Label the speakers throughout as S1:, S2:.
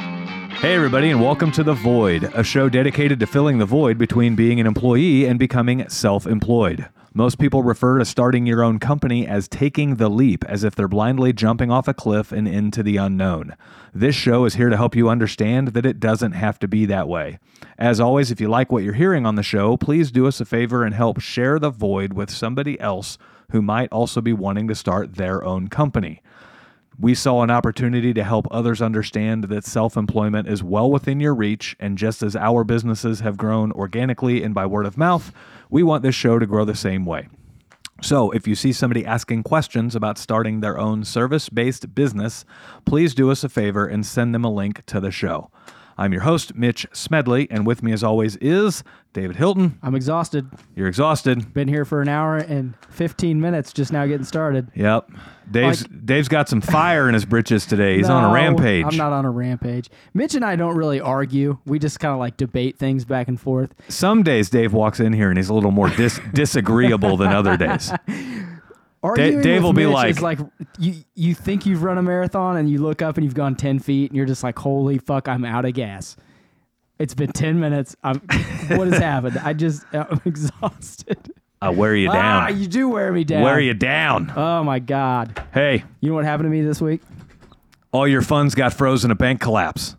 S1: Hey, everybody, and welcome to The Void, a show dedicated to filling the void between being an employee and becoming self employed. Most people refer to starting your own company as taking the leap, as if they're blindly jumping off a cliff and into the unknown. This show is here to help you understand that it doesn't have to be that way. As always, if you like what you're hearing on the show, please do us a favor and help share The Void with somebody else who might also be wanting to start their own company. We saw an opportunity to help others understand that self employment is well within your reach. And just as our businesses have grown organically and by word of mouth, we want this show to grow the same way. So, if you see somebody asking questions about starting their own service based business, please do us a favor and send them a link to the show. I'm your host, Mitch Smedley, and with me, as always, is David Hilton.
S2: I'm exhausted.
S1: You're exhausted.
S2: Been here for an hour and 15 minutes, just now getting started.
S1: Yep. Dave's, Dave's got some fire in his britches today. He's on a
S2: No,
S1: rampage.
S2: I'm not on a rampage. Mitch and I don't really argue. We just kind of like debate things back and forth.
S1: Some days Dave walks in here and he's a little more dis- disagreeable than other days.
S2: Arguing
S1: Dave
S2: with
S1: will be
S2: Mitch
S1: like-
S2: is like you, you think you've run a marathon and you look up and you've gone 10 feet and you're just like, holy fuck, I'm out of gas. It's been 10 minutes. I'm, what has happened? I just, I'm exhausted.
S1: I wear you down.
S2: Ah, you do wear me down.
S1: Wear you down.
S2: Oh my God.
S1: Hey,
S2: You know what happened to me this week?
S1: all your funds got frozen at bank collapse.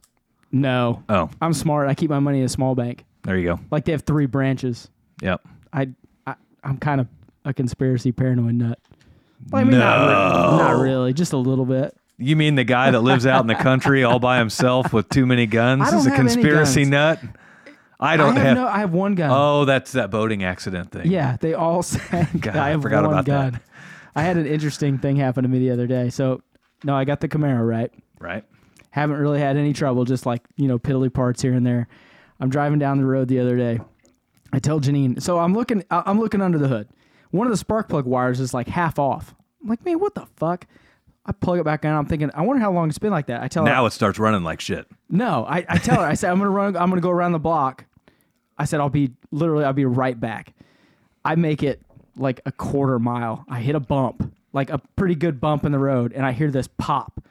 S2: No.
S1: Oh,
S2: I'm smart. I keep my money in a small bank.
S1: there you go.
S2: Like they have three branches.
S1: Yep.
S2: I, I I'm kind of a conspiracy paranoid nut. Well, I mean, not,
S1: No.
S2: really, not really, just a little bit.
S1: You mean the guy that lives out in the country all by himself with too many guns
S2: I don't
S1: is a
S2: have any
S1: conspiracy
S2: guns.
S1: nut? I
S2: I
S1: don't
S2: have,
S1: have.
S2: no. I have one gun.
S1: oh, that's that boating accident thing.
S2: yeah, they all sang.
S1: God,
S2: I
S1: I
S2: have
S1: forgot
S2: one
S1: about that.
S2: gun. I had an interesting thing happen to me the other day. So, no, I got the Camaro right.
S1: Right.
S2: Haven't really had any trouble. Just like you know, piddly parts here and there. I'm driving down the road the other day. I tell Janine. So I'm looking. I- I'm looking under the hood. One of the spark plug wires is like half off. I'm like, man, what the fuck? I plug it back in. I'm thinking, I wonder how long it's been like that. I tell her,
S1: Now it starts running like shit.
S2: No, I, I tell her, I said, I'm gonna run I'm gonna go around the block. I said I'll be literally I'll be right back. I make it like a quarter mile. I hit a bump, like a pretty good bump in the road, and I hear this pop.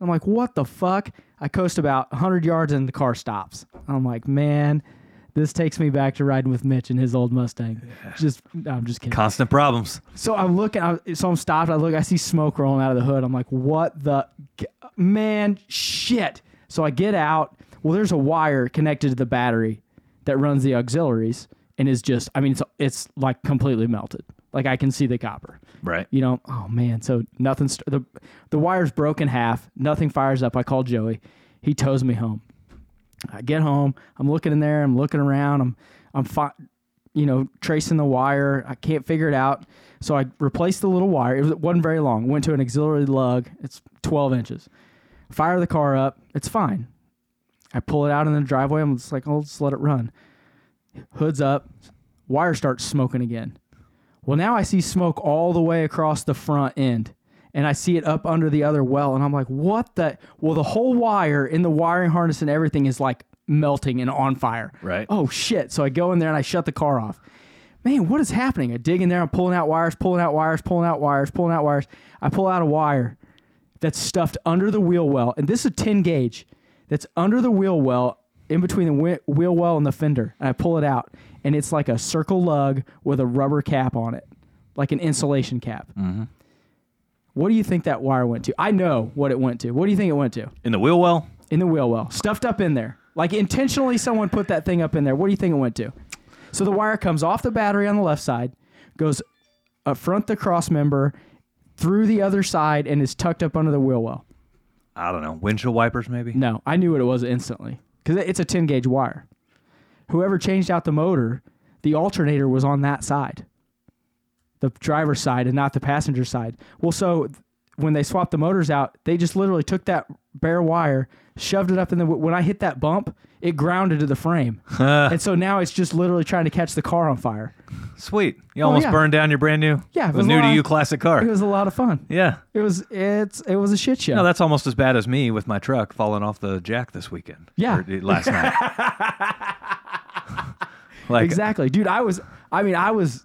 S2: I'm like, what the fuck? I coast about 100 yards and the car stops. I'm like, man, this takes me back to riding with Mitch in his old Mustang. Just, no, I'm just kidding.
S1: Constant problems.
S2: So I'm looking. I, so I'm stopped. I look. I see smoke rolling out of the hood. I'm like, "What the g- man? Shit!" So I get out. Well, there's a wire connected to the battery that runs the auxiliaries, and is just. I mean, it's it's like completely melted. Like I can see the copper.
S1: Right.
S2: You know. Oh man. So nothing. St- the the wire's broke in half. Nothing fires up. I call Joey. He tows me home. I get home. I'm looking in there. I'm looking around. I'm I'm fi- you know tracing the wire. I can't figure it out. So I replaced the little wire. It, was, it wasn't very long. Went to an auxiliary lug. It's 12 inches. Fire the car up. It's fine. I pull it out in the driveway. I'm just like, oh, let's let it run. Hood's up. Wire starts smoking again. Well, now I see smoke all the way across the front end. And I see it up under the other well. And I'm like, what the? Well, the whole wire in the wiring harness and everything is like melting and on fire.
S1: Right.
S2: Oh, shit. So I go in there and I shut the car off. Man, what is happening? I dig in there. I'm pulling out wires, pulling out wires, pulling out wires, pulling out wires. I pull out a wire that's stuffed under the wheel well, and this is 10 gauge that's under the wheel well in between the whe- wheel well and the fender. And I pull it out, and it's like a circle lug with a rubber cap on it, like an insulation cap. What do you think that wire went to? I know what it went to. What do you think it went to?
S1: In the wheel well,
S2: In the wheel well, stuffed up in there. Like intentionally, someone put that thing up in there. What do you think it went to? So the wire comes off the battery on the left side, goes up front the cross member, through the other side, and is tucked up under the wheel well.
S1: I don't know. Windshield wipers, maybe?
S2: No, I knew what it was instantly because it's a 10 gauge wire. Whoever changed out the motor, the alternator was on that side, the driver's side, and not the passenger side. Well, so th- when they swapped the motors out, they just literally took that bare wire, shoved it up in the. When I hit that bump, it grounded to the frame.
S1: Uh,
S2: and so now it's just literally trying to catch the car on fire.
S1: Sweet. You almost
S2: yeah.
S1: burned down your brand new,
S2: Yeah, it
S1: the
S2: was a
S1: new to
S2: lot.
S1: you classic car.
S2: It was a lot of fun.
S1: yeah.
S2: It was it's it was a shit show.
S1: No, that's almost as bad as me with my truck falling off the jack this weekend.
S2: Yeah.
S1: Or, uh, last night. like
S2: exactly, dude. I was. I mean, I was.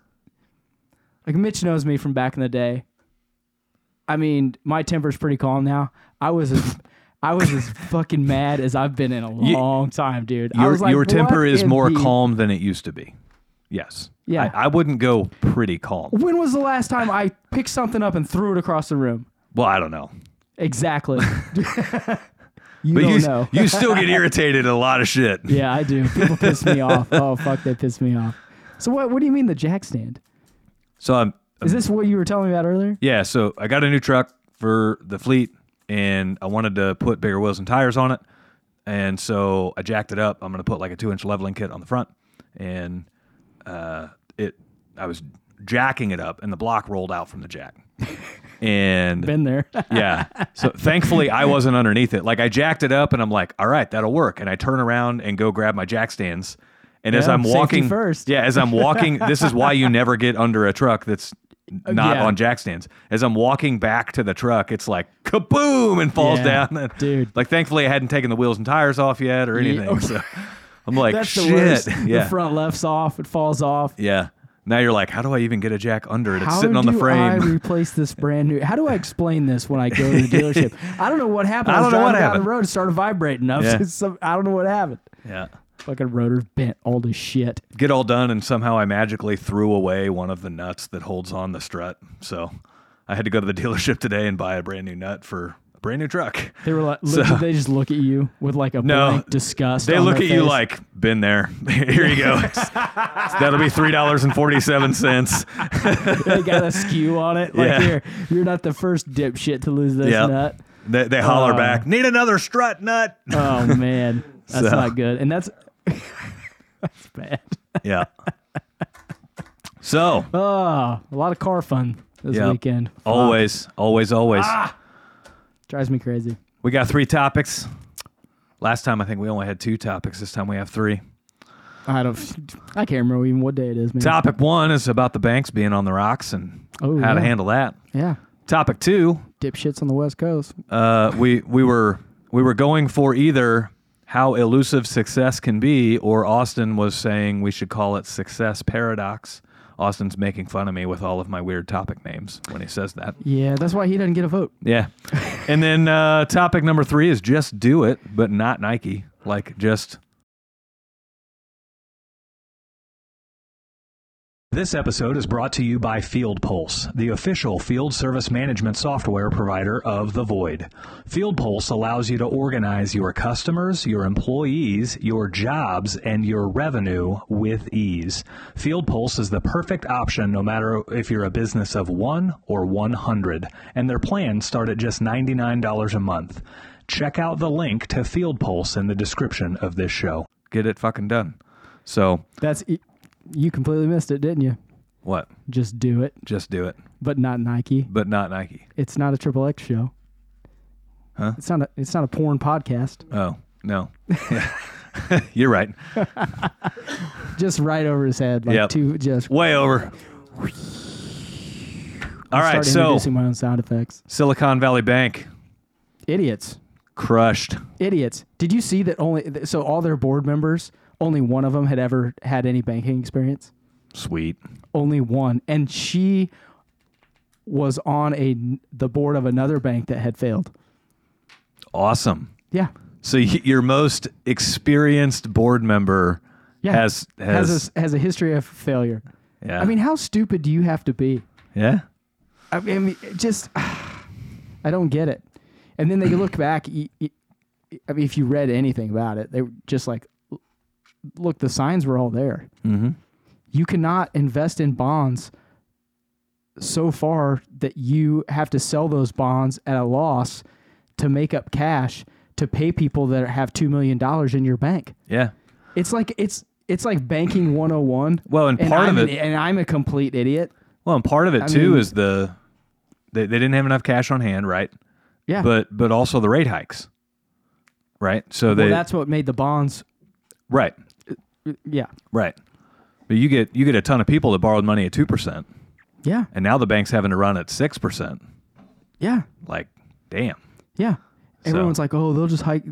S2: Like Mitch knows me from back in the day. I mean, my temper's pretty calm now. I was. I I was as fucking mad as I've been in a
S1: You-
S2: long time, dude. I
S1: Your,
S2: was like,
S1: your temper
S2: "What
S1: is
S2: in
S1: more
S2: the-"
S1: calm than it used to be. Yes.
S2: Yeah.
S1: I, I wouldn't go pretty calm.
S2: When was the last time I picked something up and threw it across the room?
S1: Well, I don't know.
S2: Exactly. you
S1: But
S2: don't
S1: you,
S2: know.
S1: you still get irritated at a lot of shit.
S2: yeah, I do. People piss me off. Oh fuck, they piss me off. So what? What do you mean the jack stand?
S1: So I'm,
S2: Is this what you were telling me about earlier?
S1: Um, yeah, so I got a new truck for the fleet and I wanted to put bigger wheels and tires on it. And so I jacked it up. I'm going to put like a two inch leveling kit on the front. And uh, it, I was jacking it up and the block rolled out from the jack. And
S2: Been there.
S1: yeah. So thankfully I wasn't underneath it. Like I jacked it up and I'm like, all right, that'll work. And I turn around and go grab my jack stands. And as
S2: Yeah,
S1: I'm
S2: safety
S1: walking
S2: first.
S1: Yeah, as I'm walking, this is why you never get under a truck that's not
S2: Uh, Yeah.
S1: on jack stands. As I'm walking back to the truck, it's like kaboom and falls
S2: Yeah,
S1: down.
S2: dude.
S1: Like thankfully I hadn't taken the wheels and tires off yet or anything.
S2: okay.
S1: So I'm like
S2: That's the
S1: shit.
S2: worst.
S1: Yeah.
S2: The front left's off. It falls off.
S1: yeah. Now you're like, how do I even get a jack under it? It's
S2: How
S1: sitting on
S2: do
S1: the frame.
S2: I replace this brand new? How do I explain this when I go to the dealership? I don't know what happened.
S1: I
S2: was
S1: don't know what
S2: driving down
S1: happened.
S2: the road, it started vibrating. I, was
S1: Yeah.
S2: just some- I don't know what happened.
S1: yeah.
S2: Fucking rotor's bent, old as shit.
S1: get all done and somehow I magically threw away one of the nuts that holds on the strut. So I had to go to the dealership today and buy a brand new nut for a brand new truck.
S2: They were like, look, they just look at you with like a
S1: No,
S2: blank disgust.
S1: They
S2: on
S1: look at
S2: their
S1: you
S2: face.
S1: like, been there. Here you go. That'll be three dollars and forty seven cents.
S2: they got a skew on it. Like
S1: Yeah.
S2: here, you're not the first dipshit to lose this
S1: Yeah.
S2: nut.
S1: They, they holler
S2: Oh.
S1: back, need another strut nut.
S2: Oh man, that's
S1: So.
S2: not good. And that's that's bad.
S1: yeah. So
S2: Oh, a lot of car fun this
S1: Yeah.
S2: weekend. Fuck.
S1: always, always, always.
S2: Ah. drives me crazy.
S1: We got three topics. Last time I think we only had two topics. This time we have three.
S2: I don't. I can't remember even what day it is, man.
S1: Topic one is about the banks being on the rocks and
S2: Mm-hmm. Oh,
S1: how to
S2: yeah.
S1: handle that.
S2: Yeah,
S1: Topic two,
S2: dipshits on the West Coast.
S1: uh, we we were we were going for either how elusive success can be, or Austin was saying we should call it success paradox. Austin's making fun of me with all of my weird topic names when he says that.
S2: Yeah, that's why he doesn't get a vote.
S1: Yeah, and then uh, topic number three is just do it, but not Nike. Like just This episode is brought to you by Field Pulse, the official field service management software provider of The Void. Field Pulse allows you to organize your customers, your employees, your jobs, and your revenue with ease. Field Pulse is the perfect option no matter if you're a business of 1 or 100, and their plans start at just $99 a month. Check out the link to Field Pulse in the description of this show. Get it fucking done. So,
S2: That's you completely missed it, didn't you?
S1: what?
S2: Just do it,
S1: Just do it.
S2: but not Nike.
S1: but not Nike.
S2: It's not a Triple X show.
S1: Huh?
S2: It's not a. It's not a porn podcast.
S1: Oh no, you're right.
S2: Just right over his head, like
S1: Yep.
S2: two. Just
S1: Way over. All right,
S2: start
S1: so
S2: introducing my own sound effects.
S1: Silicon Valley Bank
S2: Idiots,
S1: crushed.
S2: idiots. Did you see that? Only so all their board members. Only one of them had ever had any banking experience.
S1: Sweet.
S2: only one and she was on a the board of another bank that had failed
S1: Awesome.
S2: yeah
S1: So y- your most experienced board member
S2: yeah
S1: has has,
S2: a, s- has a history of failure
S1: yeah
S2: i mean how stupid do you have to be
S1: yeah
S2: i mean I mean, it just i don't get it and then they look back y- y- i mean if you read anything about it they were just like look the signs were all there
S1: mm-hmm.
S2: you cannot invest in bonds so far that you have to sell those bonds at a loss to make up cash to pay people that have $2 million in your bank.
S1: yeah.
S2: It's like it's it's like banking 101.
S1: Well, and
S2: and
S1: part
S2: I'm
S1: of
S2: an-
S1: it.
S2: and I'm a complete idiot.
S1: Well, and part of it
S2: I
S1: too
S2: mean-
S1: is the they, they didn't have enough cash on hand, right?
S2: Yeah.
S1: But but also the rate hikes, right? So they
S2: well, that's what made the bonds
S1: right.
S2: yeah.
S1: Right. But you get you get a ton of people that borrowed money at two percent,
S2: Yeah.
S1: and now the bank's having to run at six percent.
S2: Yeah.
S1: Like, damn.
S2: Yeah.
S1: So-
S2: Everyone's like, "Oh, they'll just hike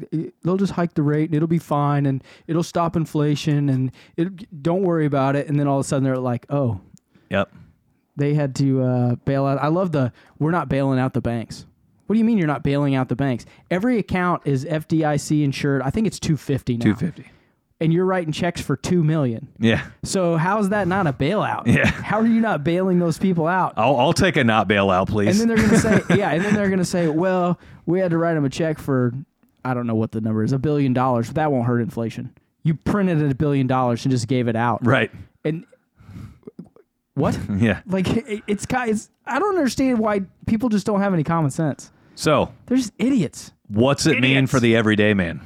S2: they'll just hike the rate and it'll be fine and it'll stop inflation and it don't worry about it." And then all of a sudden they're like, "Oh,
S1: Yep.
S2: they had to uh, bail out. I love the we're not bailing out the banks. What do you mean you're not bailing out the banks? Every account is FDIC insured. I think it's 250 now.
S1: 250.
S2: And you're writing checks for 2 million.
S1: Yeah.
S2: So how is that not a bailout?
S1: Yeah.
S2: How are you not bailing those people out?
S1: I'll, I'll take a not bailout,
S2: And
S1: please.
S2: then they're going to say, yeah, and then they're going to say, well, we had to write them a check for I don't know what the number is, a billion dollars, but that won't hurt inflation. You printed a billion dollars and just gave it out.
S1: right.
S2: And what?
S1: Yeah.
S2: Like it- it's guys, I don't understand why people just don't have any common sense.
S1: So,
S2: They're just idiots.
S1: what's it mean
S2: Idiots.
S1: for the everyday man?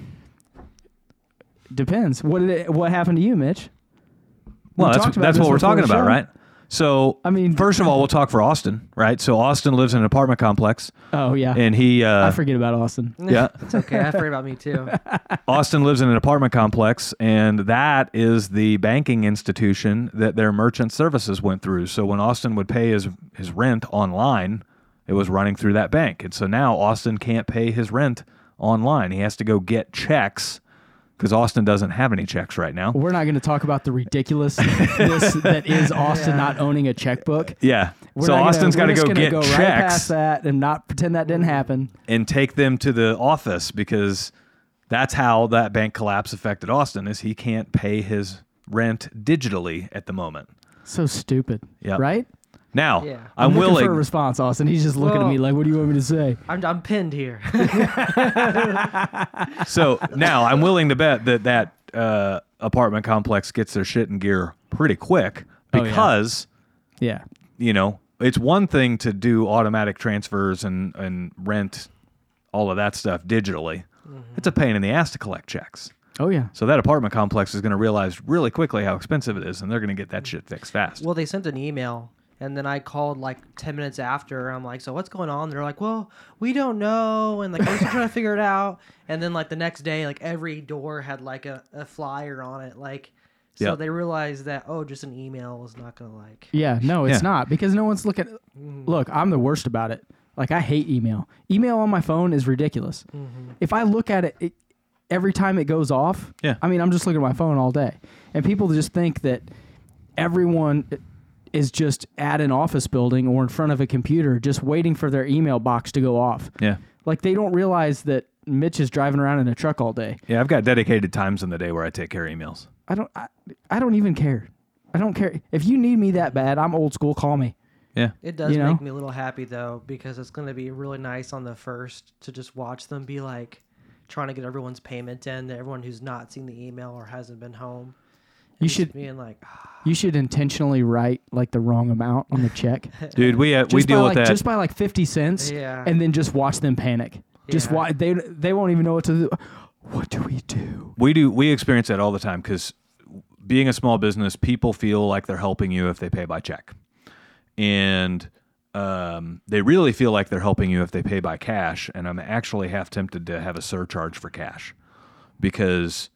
S2: Depends. What did it, what happened to you, Mitch?
S1: Well,
S2: We
S1: that's
S2: talked about
S1: that's
S2: this
S1: what we're
S2: before
S1: talking
S2: the
S1: about,
S2: show.
S1: right? So,
S2: I mean-
S1: first of all, we'll talk for Austin, right? So, Austin lives in an apartment complex,
S2: Oh yeah,
S1: and he
S2: I
S1: uh,
S2: forget about Austin.
S1: yeah,
S3: It's okay. I forgot about me too.
S1: Austin lives in an apartment complex, and that is the banking institution that their merchant services went through. So when Austin would pay his his rent online, it was running through that bank, and so now Austin can't pay his rent online. He has to go get checks because Austin doesn't have any checks right now.
S2: We're not going to talk about the ridiculousness that is Austin
S3: Yeah.
S2: not owning a checkbook.
S1: Yeah, so
S2: We're not gonna-
S1: Austin's got
S2: we're
S1: to
S2: just
S1: go
S2: gonna
S1: get
S2: go right past
S1: checks
S2: that and not pretend that didn't happen.
S1: and take them to the office because that's how that bank collapse affected Austin. Is he can't pay his rent digitally at the moment.
S2: So stupid.
S1: Yeah.
S2: Right.
S1: Now,
S3: Yeah.
S1: I'm,
S2: looking
S1: willing.
S2: for a response, Austin. He's just looking at me
S3: Well-
S2: like, "What do you want me to say?"
S3: I'm, I'm pinned here.
S1: so now I'm willing to bet that that uh, apartment complex gets their shit in gear pretty quick
S2: Oh, yeah.
S1: because
S2: Yeah.
S1: you know it's one thing to do automatic transfers and and rent all of that stuff digitally.
S2: Mm-hmm.
S1: It's a pain in the ass to collect checks.
S2: Oh yeah.
S1: So that apartment complex is going to realize really quickly how expensive it is, and they're going to get that shit fixed fast.
S3: Well, they sent an email, and then I called like ten minutes after. I'm like, "So what's going on?" They're like, "Well, we don't know," and like we're just trying to figure it out. And then like the next day, like every door had like a, a flyer on it, like so
S1: Yeah.
S3: they realized that oh, just an email is not gonna like.
S2: Yeah, no, it's
S1: Yeah.
S2: not because no one's looking. Look, I'm the worst about it. Like I hate email. Email on my phone is ridiculous. If I look at it, it every time it goes off,
S1: Yeah.
S2: I mean, I'm just looking at my phone all day, and people just think that everyone is just at an office building or in front of a computer, just waiting for their email box to go off.
S1: yeah.
S2: Like they don't realize that Mitch is driving around in a truck all day.
S1: Yeah, I've got dedicated times in the day where I take care of emails.
S2: I don't. I, I don't even care. I don't care if you need me that bad. I'm old school. Call me.
S1: Yeah.
S3: It does
S2: You know?
S3: make me a little happy though because it's gonna be really nice on the first to just watch them be like trying to get everyone's payment in, everyone who's not seen the email or hasn't been home.
S2: You
S3: Just
S2: should
S3: being like,
S2: You should intentionally write like the wrong amount on the check. just
S1: Dude, we uh, we
S2: by
S1: deal
S2: like,
S1: with that.
S2: just by like fifty cents,
S3: Yeah.
S2: and then just watch them panic. Just
S3: Yeah.
S2: why they they won't even know what to do. What do we do?
S1: we do we experience that all the time because being a small business people feel like they're helping you if they pay by check and um, they really feel like they're helping you if they pay by cash and i'm actually half tempted to have a surcharge for cash because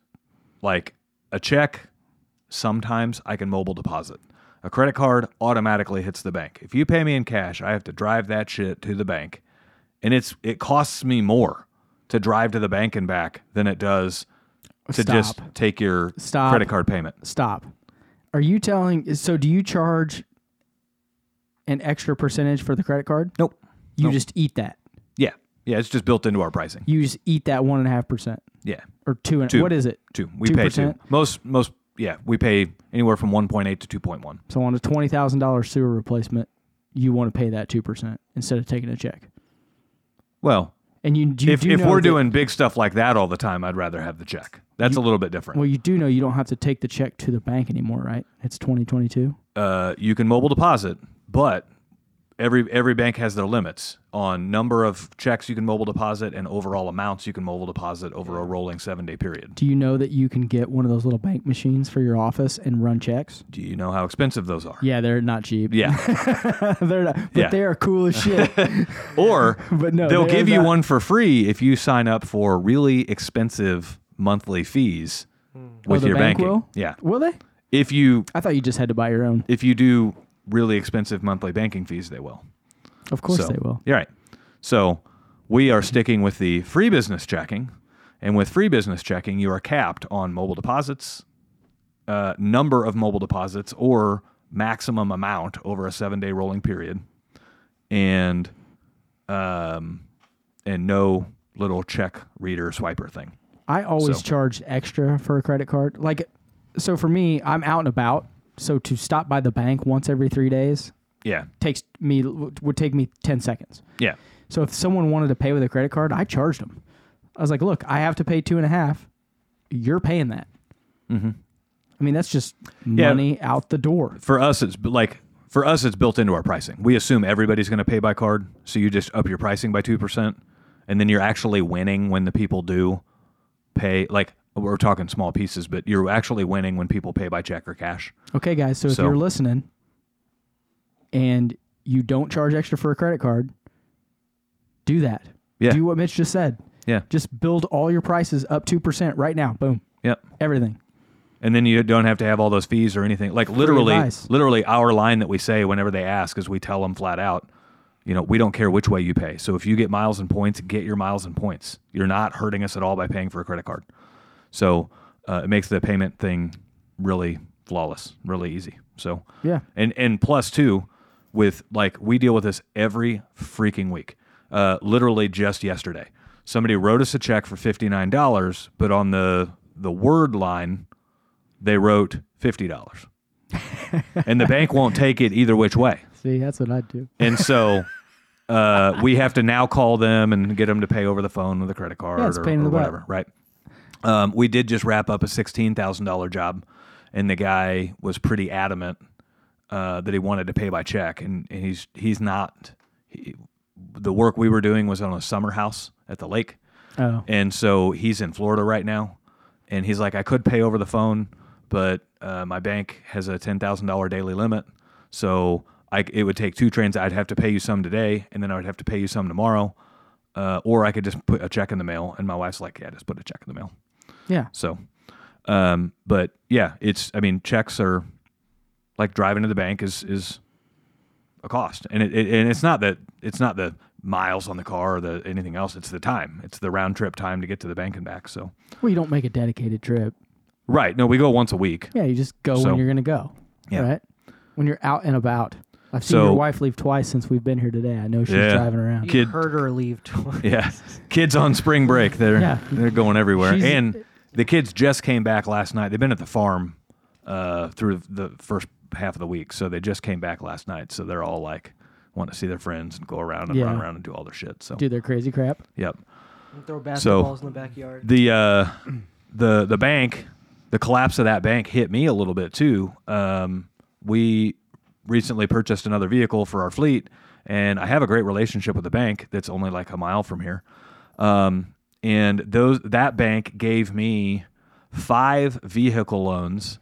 S1: like a check sometimes i can mobile deposit a credit card automatically hits the bank if you pay me in cash i have to drive that shit to the bank and it's it costs me more to drive to the bank and back than it does to
S2: Stop.
S1: just take your
S2: Stop.
S1: credit card payment.
S2: Stop. Are you telling? So do you charge an extra percentage for the credit card?
S1: Nope.
S2: You
S1: Nope.
S2: just eat that.
S1: Yeah. Yeah, it's just built into our pricing.
S2: You just eat that one and a half percent
S1: Yeah.
S2: or two and
S1: Two.
S2: what is it?
S1: Two. We pay two.
S2: 2%?
S1: Most most yeah, we pay anywhere from one point eight to two point one.
S2: So on a twenty thousand dollar sewer replacement, you want to pay that two percent instead of taking a check.
S1: Well,
S2: And you, you
S1: if
S2: do
S1: if
S2: know
S1: we're
S2: that-
S1: doing big stuff like that all the time, I'd rather have the check. That's a little bit different.
S2: Well, you do know you don't have to take the check to the bank anymore, right? It's 2022.
S1: uh, you can mobile deposit, but every every bank has their limits on number of checks you can mobile deposit and overall amounts you can mobile deposit over a rolling seven day period.
S2: Do you know that you can get one of those little bank machines for your office and run checks?
S1: Do you know how expensive those are?
S2: Yeah, they're not cheap.
S1: yeah.
S2: they're not, but
S1: Yeah.
S2: they are cool as shit.
S1: Or
S2: But no,
S1: they'll
S2: Oh, they
S1: give
S2: are
S1: you
S2: not-
S1: one for free if you sign up for really expensive monthly fees
S2: Oh,
S1: with
S2: the
S1: your
S2: bank
S1: banking.
S2: will?
S1: Yeah.
S2: Will they?
S1: If you
S2: I thought you just had to buy your own.
S1: if you do really expensive monthly banking fees, they will.
S2: Of course
S1: so,
S2: they will.
S1: You're right. So we are sticking with the free business checking, and with free business checking, you are capped on mobile deposits, uh, number of mobile deposits, or maximum amount over a seven day rolling period, and um, and no little check reader swiper thing.
S2: I always
S1: So-
S2: charge extra for a credit card. Like, so for me, I'm out and about. So to stop by the bank once every three days
S1: Yeah.
S2: takes me would take me ten seconds.
S1: Yeah.
S2: So if someone wanted to pay with a credit card, I charged them. I was like, look, I have to pay two and a half. You're paying that. Mm-hmm. I mean, that's just
S1: Yeah.
S2: money out the door.
S1: For us, it's bu- like for us, it's built into our pricing. We assume everybody's going to pay by card, so you just up your pricing by two percent, and then you're actually winning when the people do pay. Like we're talking small pieces, but you're actually winning when people pay by check or cash.
S2: Okay, guys. So if
S1: So-
S2: you're listening and you don't charge extra for a credit card, do that.
S1: Yeah.
S2: Do what Mitch just said.
S1: Yeah.
S2: Just build all your prices up 2% right now. Boom.
S1: Yep.
S2: Everything.
S1: And then you don't have to have all those fees or anything. Like literally,
S2: advice.
S1: literally, our line that we say whenever they ask is we tell them flat out, you know, we don't care which way you pay. So if you get miles and points, get your miles and points. You're not hurting us at all by paying for a credit card. So uh, it makes the payment thing really flawless, really easy. So
S2: Yeah.
S1: and and plus two, with like we deal with this every freaking week. Uh, literally just yesterday, somebody wrote us a check for fifty nine dollars, but on the the word line, they wrote fifty dollars, and the bank won't take it either which way.
S2: See, that's what I'd do.
S1: And so uh, we have to now call them and get them to pay over the phone with a credit card
S2: Yeah, it's a
S1: or,
S2: pain in
S1: or
S2: the butt.
S1: whatever, right? Um, we did just wrap up a $16,000 job, and the guy was pretty adamant uh, that he wanted to pay by check, and, and he's he's not. He, the work we were doing was on a summer house at the lake,
S2: Oh.
S1: and so he's in Florida right now, and he's like, I could pay over the phone, but uh, my bank has a ten thousand dollar daily limit, so I it would take two trains. I'd have to pay you some today, and then I would have to pay you some tomorrow, uh, or I could just put a check in the mail. And my wife's like, Yeah, just put a check in the mail.
S2: Yeah.
S1: So, um, but yeah, it's I mean, checks are like driving to the bank is is a cost, and it, it and it's not that it's not the miles on the car or the anything else. It's the time. It's the round trip time to get to the bank and back. So
S2: Well, you don't make a dedicated trip.
S1: right, no, we go once a week.
S2: Yeah, you just go
S1: So-
S2: when you're going to go.
S1: Yeah.
S2: Right? When you're out and about. I've seen
S1: So-
S2: your wife leave twice since we've been here today. I know she's
S1: Yeah.
S2: driving around.
S3: You
S1: Kid-
S3: heard her leave twice.
S1: Yeah, kids on spring break. They're
S2: Yeah.
S1: they're going everywhere,
S2: She's-
S1: and the kids just came back last night. They've been at the farm uh, through the first half of the week, so they just came back last night. So they're all like want to see their friends and go around and run
S2: Yeah.
S1: around and do all their shit. So
S2: Do their crazy crap.
S1: yep.
S3: Throw basketballs in the backyard.
S1: the uh, the the bank, the collapse of that bank hit me a little bit too. Um, we recently purchased another vehicle for our fleet, and I have a great relationship with the bank that's only like a mile from here. Um, and those that bank gave me five vehicle loans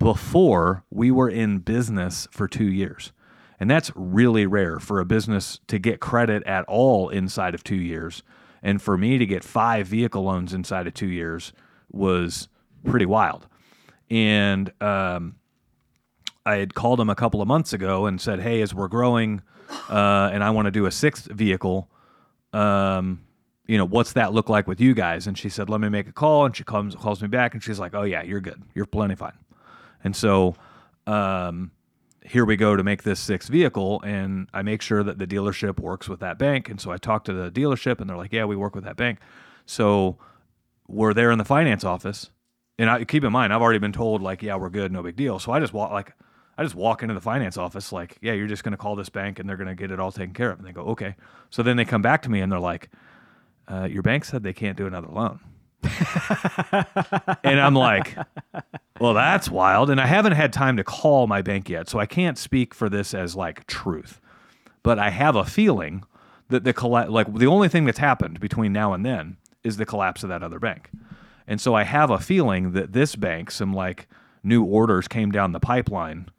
S1: before we were in business for two years. And that's really rare for a business to get credit at all inside of two years. And for me to get five vehicle loans inside of two years was pretty wild. And um, I had called him a couple of months ago and said, "Hey, as we're growing, uh, and I want to do a sixth vehicle, um, you know, what's that look like with you guys?" And she said, "Let me make a call." And she comes calls me back, and she's like, "Oh yeah, you're good. You're plenty fine." And so, um, here we go to make this sixth vehicle, and I make sure that the dealership works with that bank. And so I talk to the dealership, and they're like, "Yeah, we work with that bank." So we're there in the finance office, and I keep in mind I've already been told like, yeah, we're good, no big deal. So I just walk like I just walk into the finance office like, yeah, you're just gonna call this bank and they're gonna get it all taken care of. And they go, okay. So then they come back to me and they're like, uh, your bank said they can't do another loan. and I'm like, well, that's wild. And I haven't had time to call my bank yet, so I can't speak for this as like truth. But I have a feeling that the colla- like the only thing that's happened between now and then is the collapse of that other bank. And so I have a feeling that this bank, some like new orders came down the pipeline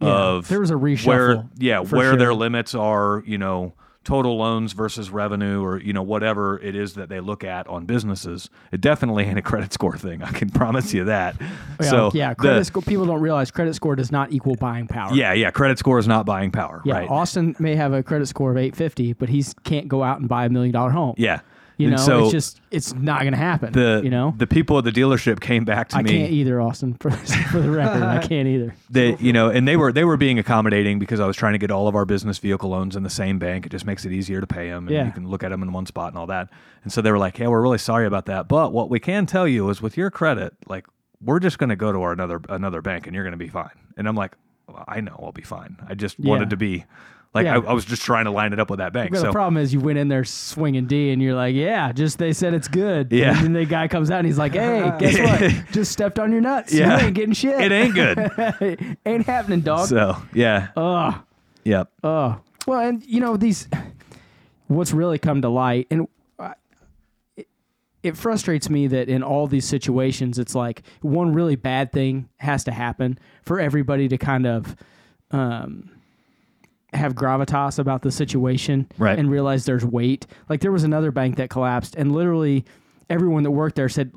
S1: of
S2: there was a
S1: Where,
S2: reshuffle,
S1: yeah,
S2: for
S1: where
S2: sure.
S1: their limits are, you know, total loans versus revenue or, you know, whatever it is that they look at on businesses. It definitely ain't a credit score thing. I can promise you that.
S2: Yeah,
S1: so
S2: like, yeah,
S1: the-
S2: credit score. People don't realize credit score does not equal buying power.
S1: yeah, yeah. Credit score is not buying power,
S2: yeah.
S1: right?
S2: Austin may have a credit score of 850, but he's can't go out and buy a million dollar home.
S1: Yeah.
S2: You
S1: And
S2: know,
S1: so-
S2: it's just it's not gonna happen.
S1: The
S2: you know,
S1: the people at the dealership came back to
S2: I
S1: me.
S2: can't either, Austin. For, for the record, I can't either.
S1: that you know and they were they were being accommodating because i was trying to get all of our business vehicle loans in the same bank it just makes it easier to pay them and
S2: Yeah.
S1: you can look at them in one spot and all that and so they were like hey we're really sorry about that but what we can tell you is with your credit like we're just going to go to our another another bank and you're going to be fine and i'm like well, i know i'll be fine i just
S2: Yeah.
S1: wanted to be like I,
S2: Yeah.
S1: I was just trying to line it up with that bank
S2: But the
S1: so
S2: problem is you went in there swinging D, and you're like, yeah, just they said it's good.
S1: Yeah.
S2: And then the guy comes out and he's like, hey, guess what? just stepped on your nuts.
S1: Yeah.
S2: You ain't getting shit.
S1: it ain't good
S2: ain't. ain't happening, dog.
S1: so yeah
S2: Ugh.
S1: yep
S2: Oh well, and you know these. What's really come to light, and I- it- it frustrates me that in all these situations, it's like one really bad thing has to happen for everybody to kind of um, have gravitas about the situation,
S1: Right.
S2: And realize there's weight. Like there was another bank that collapsed, and literally everyone that worked there said,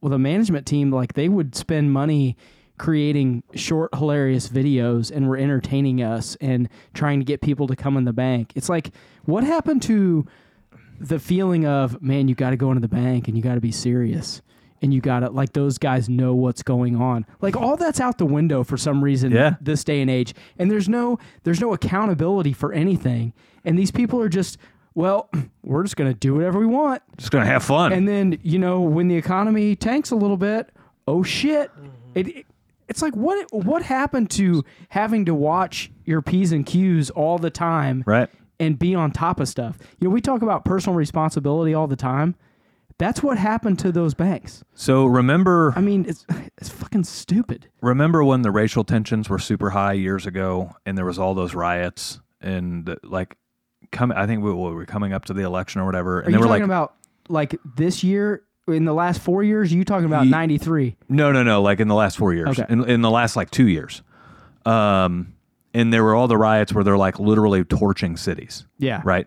S2: "Well, the management team, like they would spend money." creating short hilarious videos and were entertaining us and trying to get people to come in the bank it's like what happened to the feeling of man you got to go into the bank and you got to be serious and you got to like those guys know what's going on like all that's out the window for some reason
S1: Yeah.
S2: this day and age and there's no there's no accountability for anything and these people are just well we're just going to do whatever we want
S1: just going to have fun
S2: and then you know when the economy tanks a little bit, oh shit! It, it- it's like what what happened to having to watch your p's and q's all the time,
S1: right
S2: And be on top of stuff. You know, we talk about personal responsibility all the time. That's what happened to those banks.
S1: so remember
S2: I mean, it's it's fucking stupid.
S1: remember when the racial tensions were super high years ago and there was all those riots and like come i think we, we were coming up to the election or whatever and
S2: Are
S1: they
S2: you
S1: were
S2: talking
S1: like
S2: about like this year? In the last four years, you talking about
S1: Ye-
S2: ninety three?
S1: no no no like in the last four years
S2: Okay.
S1: in, in the last like two years um and there were all the riots where they're like literally torching cities
S2: Yeah,
S1: right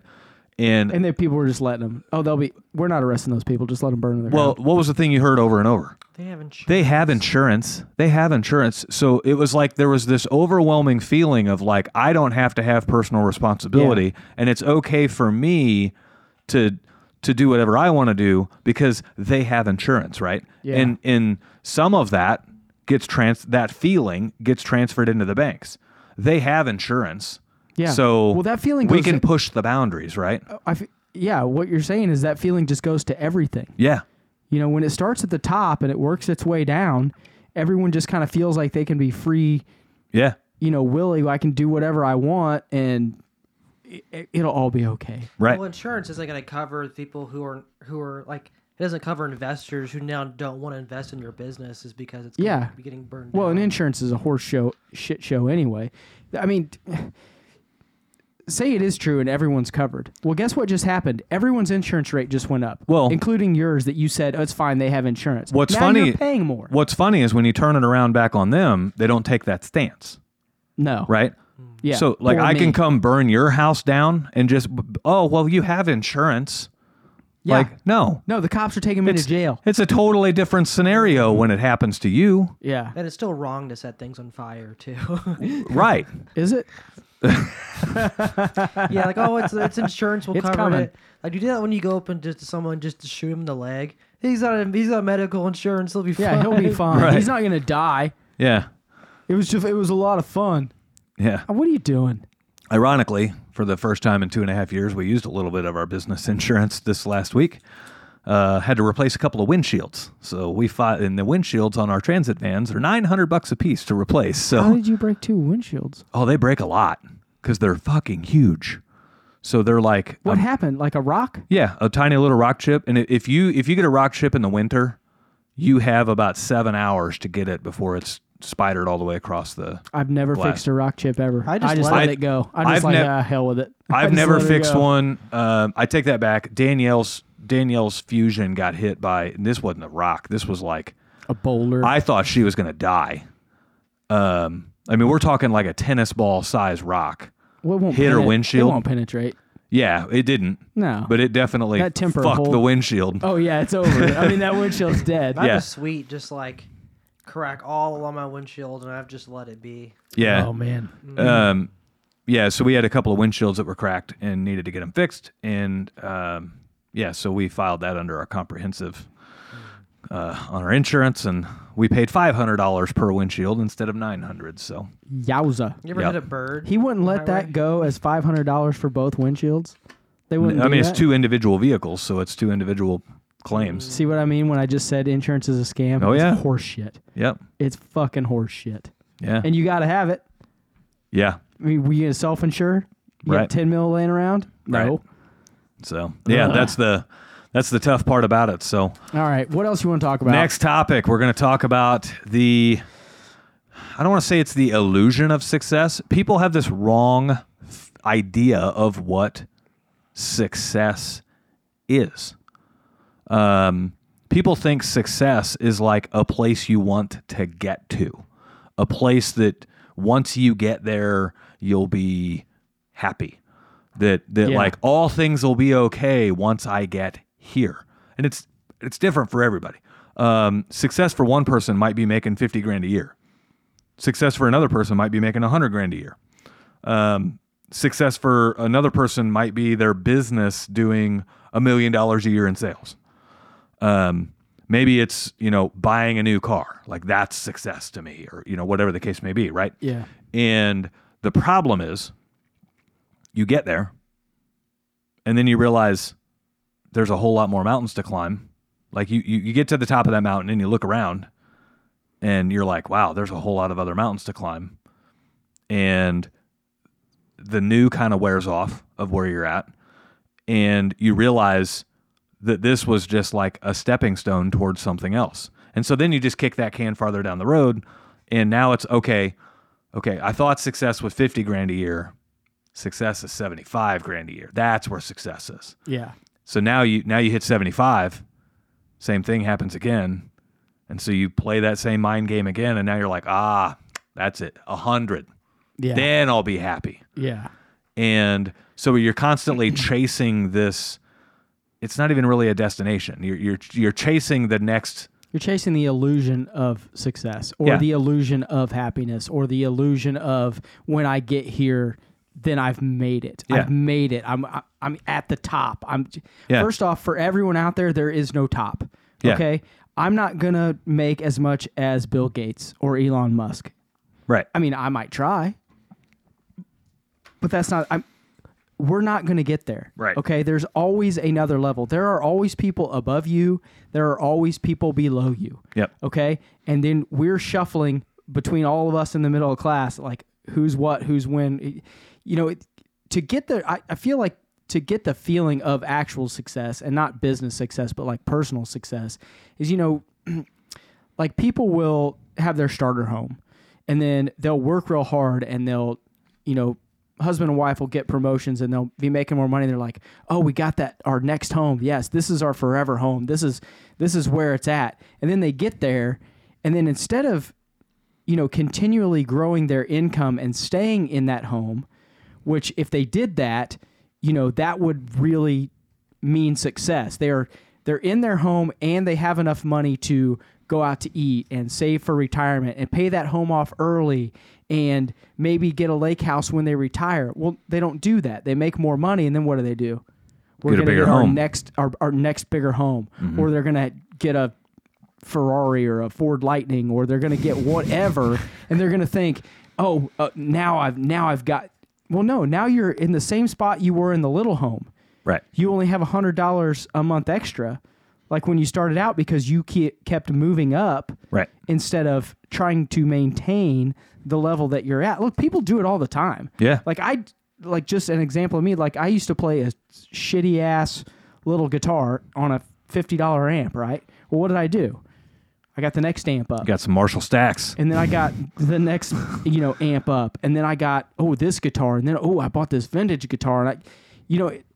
S1: and,
S2: And then people were just letting them. Oh, they'll be. We're not arresting those people. Just let them burn to the ground.
S1: well what was the thing you heard over and over
S3: They haven't. ch-
S1: They have insurance. They have insurance. So it was like there was this overwhelming feeling of like I don't have to have personal responsibility and it's okay for me to to do whatever I want to do because they have insurance, right?
S2: Yeah.
S1: And and some of that gets trans that feeling gets transferred into the banks. They have insurance.
S2: Yeah.
S1: So
S2: Well, that feeling
S1: we
S2: goes- Oh.
S1: can push the boundaries, right?
S2: I f- yeah, what you're saying is that feeling just goes to everything.
S1: Yeah.
S2: You know, when it starts at the top and it works its way down, everyone just kind of feels like they can be free,
S1: Yeah.
S2: you know, Willie, I can do whatever I want and it, it'll all be okay.
S1: Right.
S3: Well, insurance isn't going to cover the people who are who are like it doesn't cover investors who now don't want to invest in your business is because it's gonna
S2: Yeah.
S3: be getting burned.
S2: Well,
S3: down.
S2: and insurance is a horse show, shit show anyway. I mean, say it is true and everyone's covered. Well, guess what just happened? Everyone's insurance rate just went up.
S1: Well-
S2: including yours that you said, oh, it's fine, they have insurance.
S1: What's
S2: Now
S1: funny-
S2: You're paying more.
S1: What's funny is when you turn it around back on them, they don't take that stance,
S2: no.
S1: right?
S2: Yeah.
S1: So like
S2: Poor
S1: I
S2: me.
S1: can come burn your house down and just oh well you have insurance.
S2: Yeah.
S1: Like no.
S2: No, the cops are taking me to jail.
S1: It's a totally different scenario when it happens to you.
S2: Yeah.
S3: and it's still wrong to set things on fire too.
S1: Right.
S2: Is it?
S3: yeah, like oh, it's it's insurance will
S2: It's
S3: cover
S2: coming.
S3: it. Like you do that when you go up and just to someone just to shoot him in the leg. He's not he's not medical insurance. He'll be
S2: Yeah,
S3: fine.
S2: he'll be fine.
S1: Right.
S2: He's not gonna die.
S1: Yeah.
S2: It was just it was a lot of fun.
S1: Yeah.
S2: What are you doing?
S1: Ironically, for the first time in two and a half years, we used a little bit of our business insurance this last week. Uh, had to replace a couple of windshields, so we fought. And the windshields on our transit vans are nine hundred bucks a piece to replace. So
S2: How did you break two windshields?
S1: oh, they break a lot because they're fucking huge. So they're like
S2: What happened? Like a rock?
S1: Yeah, a tiny little rock chip. And i- if you if you get a rock chip in the winter, you have about seven hours to get it before it's spidered all the way across the.
S2: I've never
S1: Glass.
S2: fixed a rock chip ever.
S3: I just
S2: let,
S3: let
S2: it
S1: it-
S2: go. I'm just
S1: I've
S2: like,
S1: nev-
S2: ah, hell with it. I
S1: I've
S2: just
S1: never
S2: let it
S1: fixed
S2: go.
S1: one. Um, I take that back. Danielle's Danielle's fusion got hit by. And this wasn't a rock. This was like
S2: A boulder.
S1: I thought she was gonna die. Um, I mean, we're talking like a tennis ball size rock.
S2: What won't
S1: hit her
S2: penet-
S1: windshield.
S2: It won't penetrate.
S1: Yeah, it didn't.
S2: No.
S1: But it definitely
S2: That temper
S1: fucked
S2: hole-
S1: the windshield.
S2: oh yeah, it's over. I mean that windshield's dead.
S3: I have
S1: yeah.
S3: a sweet just like crack all along my windshield, and I've just let it be.
S1: Yeah.
S2: Oh man.
S1: Um, yeah, so we had a couple of windshields that were cracked and needed to get them fixed, and um, yeah, so we filed that under our comprehensive
S2: Mm.
S1: uh, on our insurance, and we paid five hundred dollars per windshield instead of nine hundred. So
S2: Yowza.
S3: You ever
S1: Yep.
S3: hit a bird?
S2: He wouldn't let
S3: Highway?
S2: that go as five hundred dollars for both windshields. They wouldn't.
S1: I
S2: do
S1: mean, it's
S2: that? Mm.
S1: two individual vehicles, so it's two individual claims.
S2: See what I mean when I just said insurance is a scam?
S1: Oh,
S2: it's
S1: yeah.
S2: horseshit.
S1: Yep.
S2: It's fucking horseshit.
S1: Yeah.
S2: And you got to have it.
S1: yeah.
S2: I mean, we gonna self insure? You
S1: Right.
S2: got ten mil laying around?
S1: Right.
S2: No.
S1: So yeah,
S2: Ugh.
S1: that's the that's the tough part about it. So
S2: All right. What else you want to talk about?
S1: Next topic, we're going to talk about the. I don't want to say it's the illusion of success. People have this wrong f- idea of what success is. Um, people think success is like a place you want to get to, a place that once you get there, you'll be happy. That that
S2: Yeah.
S1: like all things will be okay once I get here, and it's it's different for everybody. Um, success for one person might be making fifty grand a year. Success for another person might be making hundred grand a year um, success for another person might be their business doing a million dollars a year in sales. Um, maybe it's you know buying a new car, like that's success to me, or you know whatever the case may be, right?
S2: Yeah.
S1: And the problem is, you get there, and then you realize there's a whole lot more mountains to climb. Like you, you, you get to the top of that mountain and you look around, and you're like, wow, there's a whole lot of other mountains to climb, and the new kind of wears off of where you're at, and you realize that this was just like a stepping stone towards something else. And so then you just kick that can farther down the road, and now it's okay. Okay, I thought success was 50 grand a year. Success is 75 grand a year. That's where success is.
S2: Yeah.
S1: So now you now you hit 75, same thing happens again. And so you play that same mind game again and now you're like, "Ah, that's it. 100.
S2: Yeah.
S1: Then I'll be happy."
S2: Yeah.
S1: And so you're constantly chasing this it's not even really a destination. You're you're you're chasing the next
S2: You're chasing the illusion of success or
S1: Yeah.
S2: the illusion of happiness or the illusion of when I get here, then I've made it.
S1: Yeah.
S2: I've made it. I'm I- I'm at the top. I'm
S1: Yeah.
S2: First off, for everyone out there, there is no top.
S1: Yeah.
S2: Okay? I'm not going to make as much as Bill Gates or Elon Musk.
S1: right.
S2: I mean, I might try, but that's not. I'm. We're not going to get there.
S1: Right.
S2: Okay. There's always another level. There are always people above you. There are always people below you.
S1: Yep.
S2: Okay. And then we're shuffling between all of us in the middle of class, like who's what, who's when. You know, it, to get the, I, I feel like to get the feeling of actual success and not business success, but like personal success is, you know, like people will have their starter home and then they'll work real hard and they'll you know husband and wife will get promotions and they'll be making more money they're like oh we got that our next home yes this is our forever home this is this is where it's at and then they get there and then instead of you know continually growing their income and staying in that home which if they did that you know that would really mean success they're they're in their home and they have enough money to go out to eat and save for retirement and pay that home off early and maybe get a lake house when they retire well they don't do that they make more money and then what do they do we're
S1: Get a
S2: gonna
S1: bigger
S2: our
S1: home. Mm-hmm.
S2: next our, our next bigger home or they're gonna get a Ferrari or a Ford Lightning or they're going to get whatever and they're going to think, "Oh, uh, now I've now I've got Well, no, now you're in the same spot you were in the little home.
S1: Right.
S2: You only have $100 a month extra like when you started out because you ke- kept moving up
S1: Right.
S2: instead of trying to maintain the level that you're at. Look, people do it all the time.
S1: Yeah.
S2: Like I like just an example of me, like I used to play a shitty ass little guitar on a fifty dollar amp, right? Well what did I do? I got the next amp up.
S1: Got some Marshall stacks.
S2: and then I got the next, you know, amp up. And then I got, oh, this guitar. And then, oh, I bought this vintage guitar. And I, you know, it-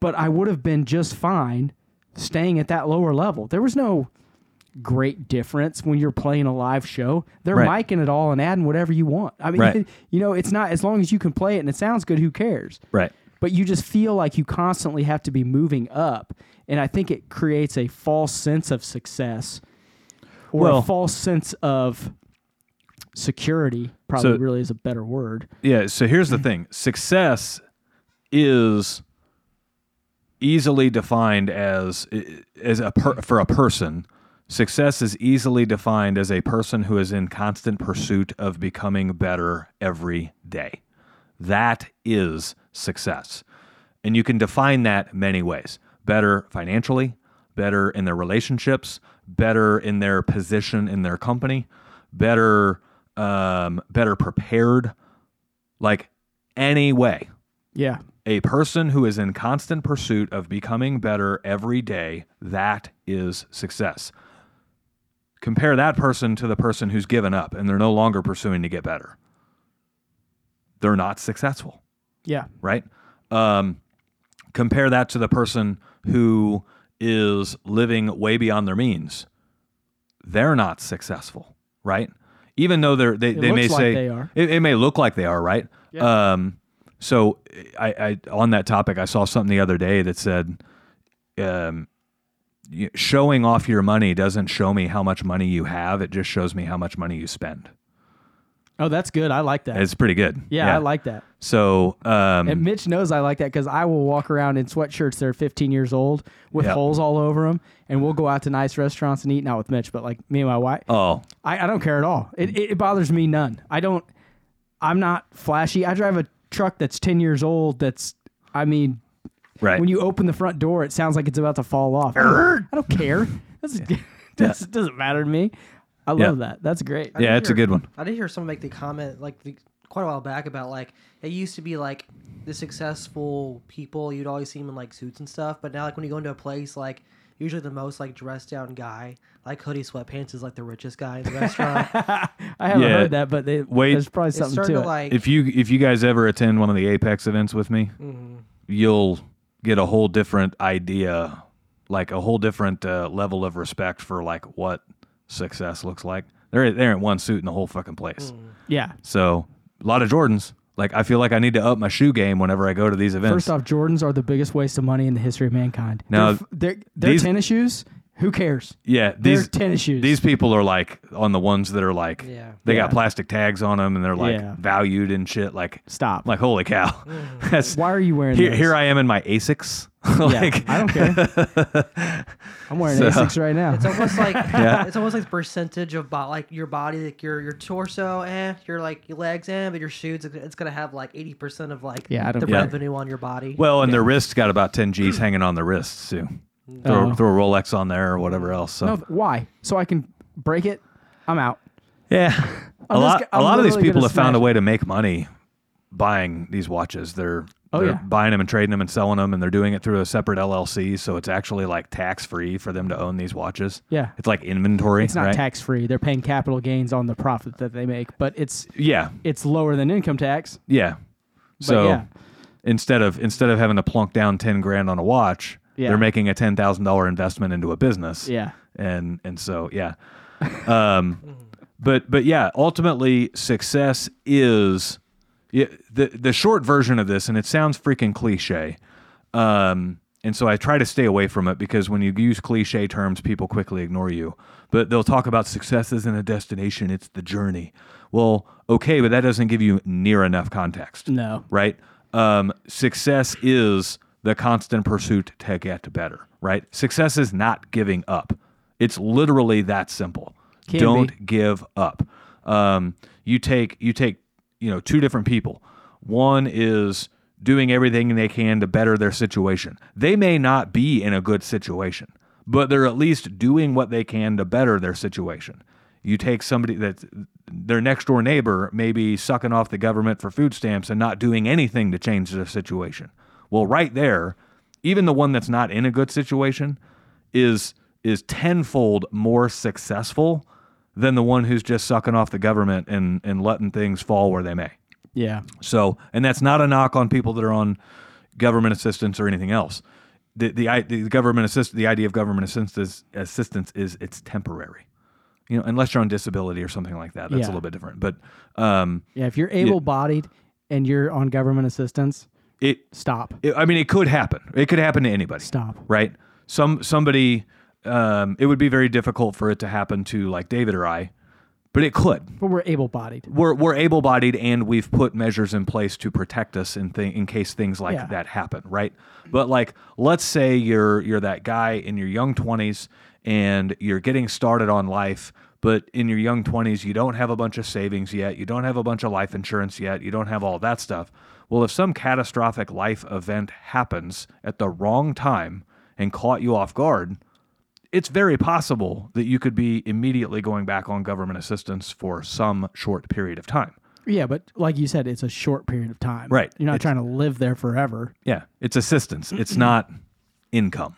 S2: but I would have been just fine staying at that lower level. There was no great difference when you're playing a live show. They're
S1: Right.
S2: micing it all and adding whatever you want. I mean,
S1: Right.
S2: you know, it's not as long as you can play it and it sounds good, who cares?
S1: Right.
S2: But you just feel like you constantly have to be moving up. And I think it creates a false sense of success or
S1: Well-
S2: a false sense of security, probably
S1: So-
S2: really is a better word.
S1: Yeah. So here's the thing success is easily defined as as a per, for a person. Success is easily defined as a person who is in constant pursuit of becoming better every day. That is success. And you can define that many ways better financially, better in their relationships, better in their position in their company, better, um, better prepared. Like any way,
S2: Yeah.
S1: a person who is in constant pursuit of becoming better every day, that is success. Compare that person to the person who's given up and they're no longer pursuing to get better. They're not successful
S2: Yeah.
S1: right? Um, compare that to the person who is living way beyond their means. They're not successful, right? Even though they're, they, they may
S2: looks like
S1: say
S2: they are.
S1: It, it may look like they are, right? Um, so I, I on that topic, I saw something the other day that said, um, y- showing off your money doesn't show me how much money you have. It just shows me how much money you spend.
S2: Oh, that's good. I like that.
S1: It's pretty good.
S2: yeah, I like that.
S1: So, um,
S2: And Mitch knows I like that because I will walk around in sweatshirts that are 15 years old with
S1: Yeah.
S2: holes all over them, and we'll go out to nice restaurants and eat. Not with Mitch, but like me and my wife.
S1: oh,
S2: I, I don't care at all. It, it, it bothers me none. I don't. I'm not flashy. I drive a truck that's 10 years old. That's I mean,
S1: right.
S2: when you open the front door, it sounds like it's about to fall off. I don't, I don't care. That's, that's, doesn't matter to me. I love
S1: Yeah.
S2: that. That's great.
S1: yeah,
S3: did
S1: it's a
S3: hear-
S1: good one.
S3: I did hear someone make the comment like the, quite a while back about like it used to be like the successful people you'd always see them in like suits and stuff, but now like when you go into a place like usually the most like dressed down guy like hoodie sweatpants is like the richest guy in the restaurant.
S2: I haven't
S1: Yeah.
S2: heard that, but they,
S1: Wait.
S2: there's probably
S3: it's
S2: something
S3: starting
S2: to
S3: to,
S2: it.
S3: like
S1: if you if you guys ever attend one of the apex events with me
S2: Mm-hmm.
S1: you'll get a whole different idea like a whole different uh, level of respect for like what success looks like there ain't- there ain't one suit in the whole fucking place
S2: yeah.
S1: so a lot of jordans like i feel like i need to up my shoe game whenever i go to these events
S2: First off, Jordans are the biggest waste of money in the history of mankind.
S1: Now,
S2: they're, f- they're, they're
S1: these-
S2: tennis shoes. Who cares?
S1: yeah
S2: They're
S1: these
S2: tennis shoes.
S1: these people are like on the ones that are like
S3: Yeah.
S1: they
S2: Yeah.
S1: got plastic tags on them and they're like
S2: Yeah.
S1: valued and shit like
S2: stop.
S1: like holy cow that's
S2: Why are you wearing
S1: here,
S2: those?
S1: here i am in my asics
S2: Yeah,
S1: like
S2: I don't care. I'm wearing Asics right now.
S3: It's almost like it's almost like the percentage of bo- like your body, like your your torso, eh, your like your legs, eh, but your shoes, it's- it's gonna have like eighty percent of like
S2: Yeah, I don't
S3: the
S2: care.
S3: revenue on your body.
S1: Well, and their wrists got about 10 G's hanging on their wrists too. Throw,
S2: Oh.
S1: throw a Rolex on there or whatever else. So
S2: No, why? So I can break it. I'm out.
S1: yeah, a
S2: just
S1: lot.
S2: g-
S1: A
S2: I'm
S1: lot of these
S2: literally
S1: people
S2: gonna
S1: have found a
S2: smash
S1: way to make money buying these watches. They're
S2: Oh,
S1: they're
S2: yeah.
S1: buying them and trading them and selling them, and they're doing it through a separate LLC. So it's actually like tax free for them to own these watches.
S2: Yeah.
S1: it's like inventory.
S2: It's not
S1: right?
S2: tax free. They're paying capital gains on the profit that they make, but it's
S1: Yeah,
S2: it's lower than income tax.
S1: yeah. So
S2: yeah.
S1: instead of instead of having to plunk down 10 grand on a watch,
S2: Yeah.
S1: they're making a ten thousand dollar investment into a business.
S2: Yeah.
S1: and and so yeah um but but yeah ultimately success is yeah, the the short version of this and it sounds freaking cliche um and so I try to stay away from it because when you use cliche terms, people quickly ignore you. But they'll talk about success isn't a destination, it's the journey. Well, okay, but that doesn't give you near enough context
S2: No.
S1: right? Um, success is the constant pursuit to get better, right? Success is not giving up. It's literally that simple.
S2: Can
S1: Don't give up. Um, you take you take you know two different people. One is doing everything they can to better their situation. They may not be in a good situation, but they're at least doing what they can to better their situation. You take somebody that their next door neighbor may be sucking off the government for food stamps and not doing anything to change their situation. Well, right there, even the one that's not in a good situation is is tenfold more successful than the one who's just sucking off the government and and letting things fall where they may.
S2: Yeah.
S1: So, and that's not a knock on people that are on government assistance or anything else. The the, i- the government assist the idea of government assistance assistance is it's temporary. You know, unless you're on disability or something like that, that's a
S2: Yeah.
S1: little bit different. But um,
S2: Yeah. If you're able bodied and you're on government assistance,
S1: it,
S2: stop.
S1: it, I mean, it could happen. It could happen to anybody.
S2: Stop.
S1: Right? Some somebody. Um, it would be very difficult for it to happen to like David or I, but it could.
S2: but we're able-bodied.
S1: We're we're able-bodied, and we've put measures in place to protect us in th- in case things like
S2: Yeah.
S1: that happen, right? But like, let's say you're you're that guy in your young twenties, and you're getting started on life. But in your young 20s, you don't have a bunch of savings yet. You don't have a bunch of life insurance yet. You don't have all that stuff. Well, if some catastrophic life event happens at the wrong time and caught you off guard, it's very possible that you could be immediately going back on government assistance for some short period of time.
S2: Yeah, but like you said, it's a short period of time.
S1: Right.
S2: You're not
S1: It's-
S2: trying to live there forever.
S1: Yeah, it's assistance. It's not income.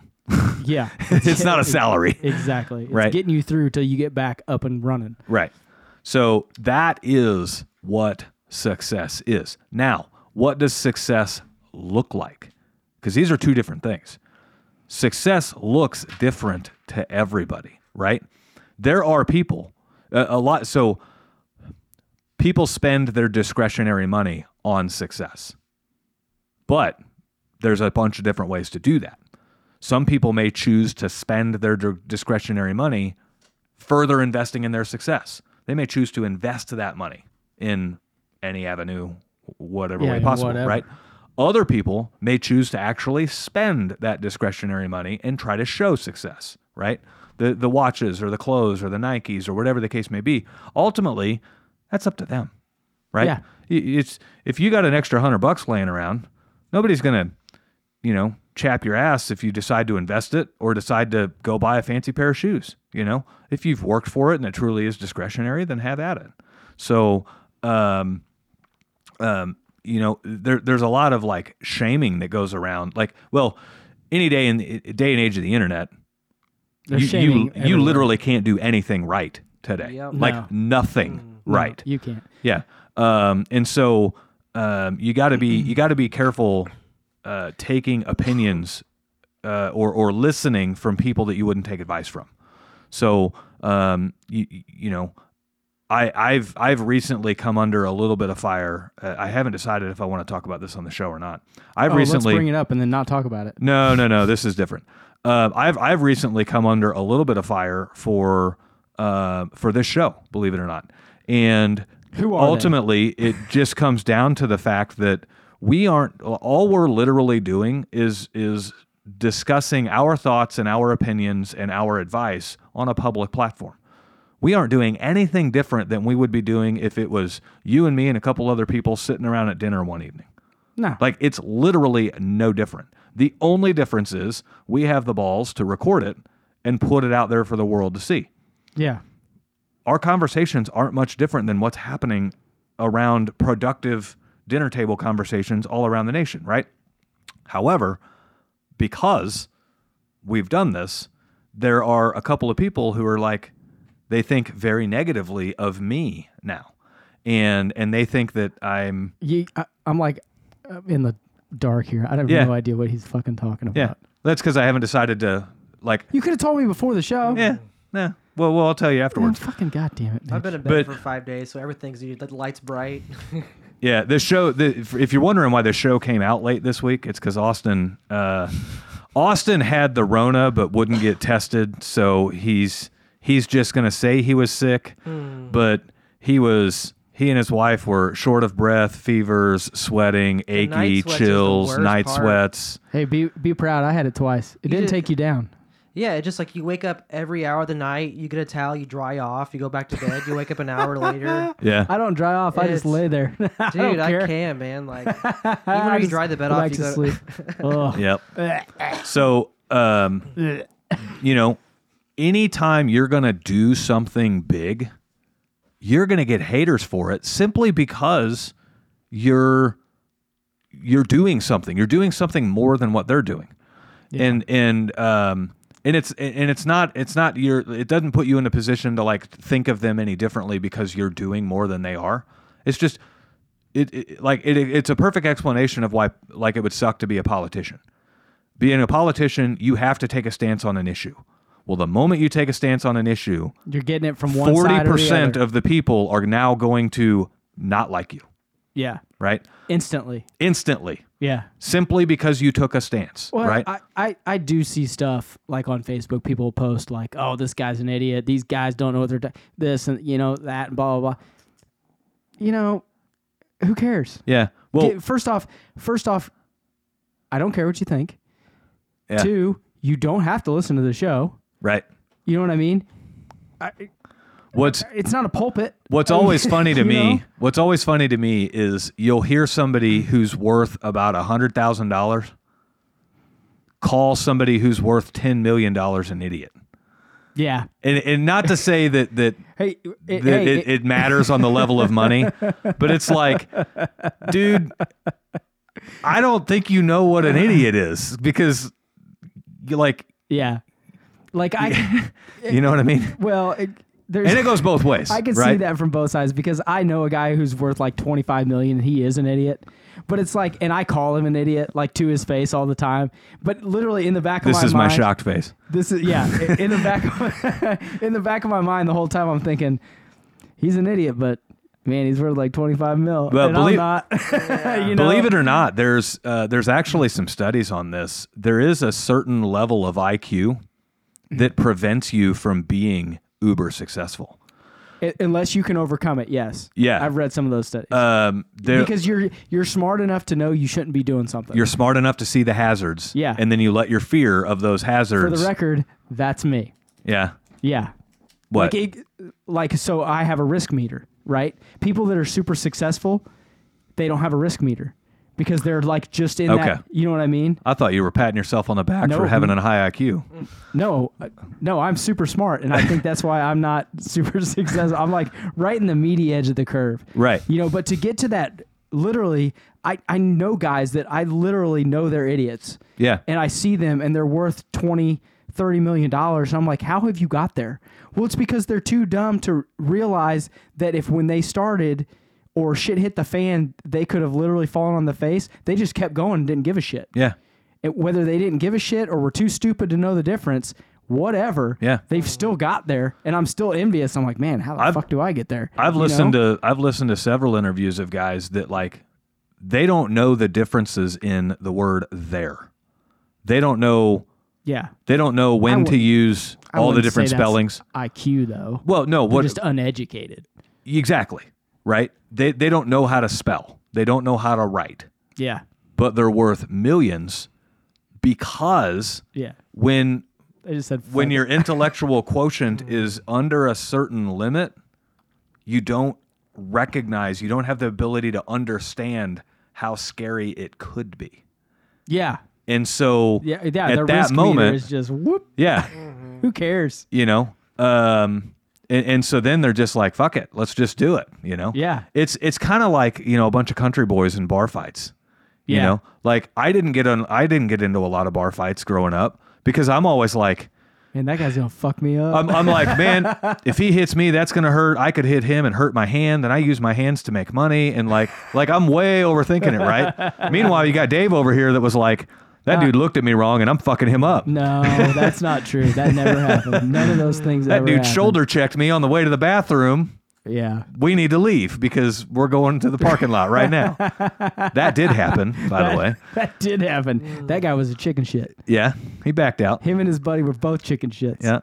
S2: Yeah.
S1: It's not a salary.
S2: Exactly. It's
S1: Right.
S2: getting you through till you get back up and running.
S1: Right. So that is what success is. Now, what does success look like? Because these are two different things. Success looks different to everybody, right? There are people, a, a lot. So people spend their discretionary money on success, but there's a bunch of different ways to do that. Some people may choose to spend their dir- discretionary money further investing in their success. They may choose to invest that money in any avenue, whatever
S2: Yeah,
S1: way
S2: in
S1: possible,
S2: whatever.
S1: right? Other people may choose to actually spend that discretionary money and try to show success, right? The the watches or the clothes or the Nikes or whatever the case may be. Ultimately, that's up to them, right?
S2: Yeah.
S1: I- It's if you got an extra hundred bucks laying around, nobody's gonna you know, chap your ass if you decide to invest it or decide to go buy a fancy pair of shoes. You know, if you've worked for it and it truly is discretionary, then have at it. So, um, um, you know, there, there's a lot of like shaming that goes around. Like, well, any day in the day and age of the internet,
S2: They're
S1: you
S2: shaming
S1: you, you
S2: everyone.
S1: literally can't do anything right today.
S3: Yep.
S1: Like
S2: No.
S1: nothing
S2: No,
S1: right.
S2: You can't.
S1: Yeah. Um, and so um, you got to be you got to be careful uh, taking opinions uh, or or listening from people that you wouldn't take advice from. So um, you you know. I, I've I've recently come under a little bit of fire. Uh, I haven't decided if I want to talk about this on the show or not. I've
S2: Oh,
S1: recently
S2: let's bring it up and then not talk about it.
S1: no, no, no. This is different. Uh, I've I've recently come under a little bit of fire for uh, for this show, believe it or not. And
S2: Who are they?
S1: ultimately, it just comes down to the fact that we aren't. All we're literally doing is is discussing our thoughts and our opinions and our advice on a public platform. We aren't doing anything different than we would be doing if it was you and me and a couple other people sitting around at dinner one evening.
S2: No.
S1: Like it's literally no different. The only difference is we have the balls to record it and put it out there for the world to see.
S2: yeah.
S1: Our conversations aren't much different than what's happening around productive dinner table conversations all around the nation, right? However, because we've done this, there are a couple of people who are like they think very negatively of me now. And and they think that I'm
S2: You, I, I'm like I'm in the dark here. I have
S1: Yeah.
S2: no idea what he's fucking talking about.
S1: yeah, that's cuz I haven't decided to like
S2: You could have told me before the show.
S1: Yeah. Yeah. Well, well, I'll tell you
S2: Man,
S1: afterwards.
S2: fucking goddamn it. Mitch.
S3: I've been in
S1: But-
S3: bed for five days, so everything's the light's bright.
S1: Yeah, this show. The, if- if you're wondering why the show came out late this week, it's because Austin, uh, Austin had the Rona but wouldn't get tested, so he's he's just gonna say he was sick,
S3: Mm.
S1: but he was. He and his wife were short of breath, fevers, sweating,
S3: night
S1: achy,
S3: sweats is the
S1: chills,
S3: worst
S1: night
S3: part.
S1: sweats.
S2: Hey, be be proud. I had it twice. It didn't
S3: did-
S2: take you down.
S3: yeah, it's just like you wake up every hour of the night, you get a towel, you dry off, you go back to bed, you wake up an hour later.
S1: Yeah.
S2: I don't dry off. I just
S3: It's-
S2: lay there. I don't
S3: Dude, I,
S2: care.
S3: can, man. Like
S2: I
S3: even when you
S2: just
S3: dry the bed
S2: go
S3: off,
S2: back
S3: you
S2: to
S3: go-
S2: sleep. Ugh.
S1: Yep. so, um, you know, anytime you're going to do something big, you're going to get haters for it simply because you're you're doing something. You're doing something more than what they're doing. And and um and it's and it's not it's not your it doesn't put you in a position to like think of them any differently because you're doing more than they are. It's just it, it like it, it's a perfect explanation of why like it would suck to be a politician. Being a politician, you have to take a stance on an issue. Well, the moment you take a stance on an issue,
S2: You're getting it from one
S1: forty
S2: side or the
S1: percent
S2: other.
S1: of the people are now going to not like you.
S2: yeah.
S1: right?
S2: instantly.
S1: Instantly,
S2: Yeah.
S1: simply because you took a stance,
S2: Well,
S1: right?
S2: I, I, I do see stuff like on Facebook. People post like, "Oh, this guy's an idiot. These guys don't know what they're doing. This and you know that and blah blah blah." You know, who cares?
S1: yeah. Well,
S2: Get- first off, first off, I don't care what you think.
S1: Yeah.
S2: Two, you don't have to listen to the show.
S1: right.
S2: You know what I mean?
S1: What's
S2: It's not a pulpit.
S1: What's always funny to
S2: You
S1: me,
S2: know?
S1: what's always funny to me is you'll hear somebody who's worth about $100,000 call somebody who's worth $10 million an idiot.
S2: Yeah.
S1: And, and not to say that, that,
S2: Hey,
S1: that
S2: it, hey,
S1: it, it matters on the level of money, but it's like, dude, I don't think you know what an idiot is because you like,
S2: yeah. Like I,
S1: you know what I mean?
S2: well, it, there's.
S1: And it goes both ways.
S2: I can see
S1: right?
S2: that from both sides because I know a guy who's worth like 25 million and he is an idiot. But it's like, and I call him an idiot like to his face all the time. But literally in the back of
S1: This
S2: my
S1: is my
S2: mind,
S1: shocked face.
S2: This is yeah. i- In the back, of, in the back of my mind, the whole time I'm thinking, he's an idiot, but man, he's worth like 25 mil.
S1: Well,
S2: and
S1: believe-
S2: I'm not. you know?
S1: Believe it or not, there's uh, there's actually some studies on this. There is a certain level of IQ that prevents you from being uber successful.
S2: I- unless you can overcome it. Yes.
S1: Yeah.
S2: I've read some of those studies
S1: Um, there,
S2: because you're you're smart enough to know you shouldn't be doing something.
S1: you're smart enough to see the hazards,
S2: Yeah.
S1: and then you let your fear of those
S2: For
S1: hazards,
S2: the record, that's me.
S1: yeah.
S2: Yeah.
S1: What?
S2: Like, it, like so I have a risk meter, right? People that are super successful, they don't have a risk meter because they're like just in
S1: Okay.
S2: that. You know what I mean?
S1: I thought you were patting yourself on the back
S2: No.
S1: for having a high IQ.
S2: No, uh, no, I'm super smart, and I think that's why I'm not super successful. I'm like right in the meaty edge of the curve,
S1: Right.
S2: You know, but to get to that, literally, I I know guys that I literally know they're idiots.
S1: Yeah.
S2: and I see them and they're worth 20, 30 million dollars. I'm like, how have you got there? Well, it's because they're too dumb to realize that if when they started or shit hit the fan, they could have literally fallen on the face. They just kept going and didn't give a shit.
S1: Yeah.
S2: And whether they didn't give a shit or were too stupid to know the difference, whatever.
S1: Yeah.
S2: They've still got there. And I'm still envious. I'm like, man, how the fuck do I get there?
S1: I've listened to I've listened to several interviews of guys that like they don't know the differences in the word there. They don't know
S2: Yeah.
S1: They don't know when to
S2: wouldn't-
S1: use
S2: I
S1: all the
S2: wouldn't
S1: different
S2: say that's
S1: spellings.
S2: IQ though.
S1: Well, no,
S2: We're
S1: what
S2: just uneducated.
S1: exactly, right? They they don't know how to spell. They don't know how to write,
S2: Yeah.
S1: but they're worth millions because
S2: Yeah.
S1: when
S2: I just said
S1: when
S2: fuck.
S1: your intellectual quotient is under a certain limit, you don't recognize, you don't have the ability to understand how scary it could be.
S2: Yeah.
S1: And so
S2: Yeah, yeah.
S1: at
S2: the
S1: that
S2: risk meter
S1: moment,
S2: is just whoop.
S1: yeah,
S2: Who cares?
S1: you know um and, and so then they're just like fuck it let's just do it you know
S2: Yeah.
S1: it's it's kind of like you know a bunch of country boys in bar fights you
S2: Yeah.
S1: know like i didn't get on i didn't get into a lot of bar fights growing up because i'm always like
S2: Man, that guy's gonna fuck me up.
S1: i'm, I'm like man if he hits me that's gonna hurt i could hit him and hurt my hand and i use my hands to make money and like like i'm way overthinking it right meanwhile you got dave over here that was like that dude looked at me wrong and i'm fucking him up
S2: no, that's not true. That never happened. None of those things.
S1: that
S2: ever
S1: dude
S2: happened.
S1: shoulder checked me on the way to the bathroom
S2: Yeah.
S1: we need to leave because we're going to the parking lot right now. that did happen, by the way.
S2: That did happen. That guy was a chicken shit.
S1: Yeah, he backed out.
S2: Him and his buddy were both chicken shits.
S1: Yeah.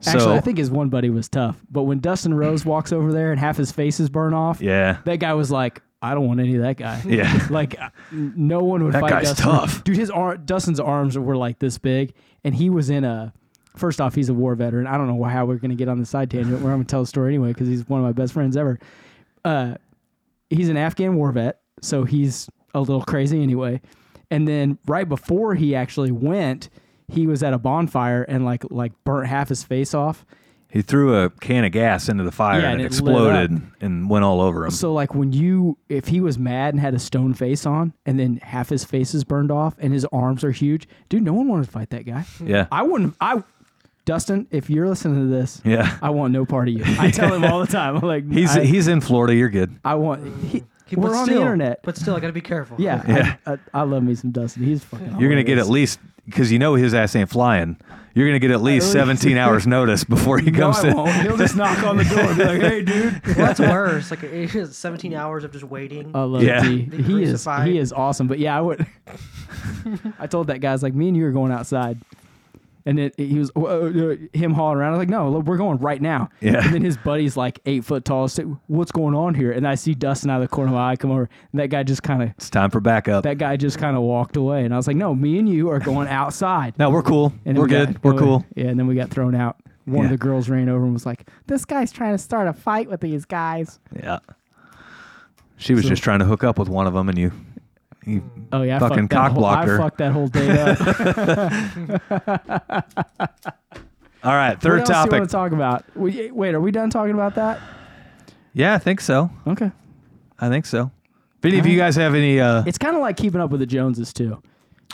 S1: So
S2: Actually, I think his one buddy was tough. But when Dustin Rose walks over there and half his face is burnt off,
S1: yeah,
S2: that guy was like, I don't want any of that guy.
S1: yeah,
S2: Like uh, n- no one would
S1: That
S2: fight
S1: guy's
S2: Dustin.
S1: tough.
S2: Dude, his arm Dustin's arms were like this big and he was in a First off, he's a war veteran. I don't know how we're going to get on the side tangent. We're going to tell the story anyway because he's one of my best friends ever. Uh, he's an Afghan war vet, so he's a little crazy anyway. And then right before he actually went, he was at a bonfire and like like burnt half his face off.
S1: he threw a can of gas into the fire
S2: Yeah,
S1: and
S2: and
S1: it
S2: it lit up.
S1: exploded and went all over him.
S2: So like when you if he was mad and had a stone face on and then half his face is burned off and his arms are huge, dude, no one wanted to fight that guy.
S1: yeah,
S2: I wouldn't I Dustin, if you're listening to this,
S1: yeah.
S2: I want no part of you. I tell him all the time. I'm like
S1: He's
S2: I,
S1: he's in Florida. You're good.
S2: I want he,
S3: but
S2: we're on
S3: still-
S2: the internet.
S3: But still, I gotta be careful.
S2: yeah, I, I, I love me some Dustin. He's fucking
S1: You're gonna get
S2: hilarious.
S1: at least because you know his ass ain't flying. You're gonna get at least 17 hours notice before he
S2: No,
S1: comes
S2: I
S1: in.
S2: won't. He'll just knock on the door and be like, "Hey, dude."
S3: Well, that's worse. Like it is 17 hours of just waiting.
S2: I love
S1: Yeah.
S2: D.
S3: Be
S2: He is
S3: crucified.
S2: he is awesome. But yeah, I would. I told that guy, I was like, me and you are going outside, and it, he was "Whoa, uh, him hauling around. I was like, no, look, we're going right now.
S1: Yeah.
S2: And then his buddy's like eight foot tall. So what's going on here? And I see Dustin out of the corner of my eye come over, and that guy just kind of
S1: It's time for backup.
S2: that guy just kind of walked away, and I was like, no, me and you are going outside.
S1: no, we're cool.
S2: And then
S1: we're
S2: we
S1: good.
S2: got-
S1: we're
S2: we-
S1: cool.
S2: Yeah, and then we got thrown out. One of
S1: Yeah.
S2: the girls ran over and was like, "This guy's trying to start a fight with these guys."
S1: Yeah. She was
S2: So-
S1: just trying to hook up with one of them, and you, you
S2: Oh yeah, I
S1: Fucking
S2: fucked that
S1: cock
S2: whole-
S1: blocked her.
S2: I fucked that whole date up.
S1: all right. Third
S2: what else Do you
S1: topic.
S2: want to talk about? We, wait, are we done talking about that?
S1: yeah, I think so.
S2: Okay.
S1: I think so. If any of you guys have any, uh,
S2: It's kind of like keeping up with the Joneses too.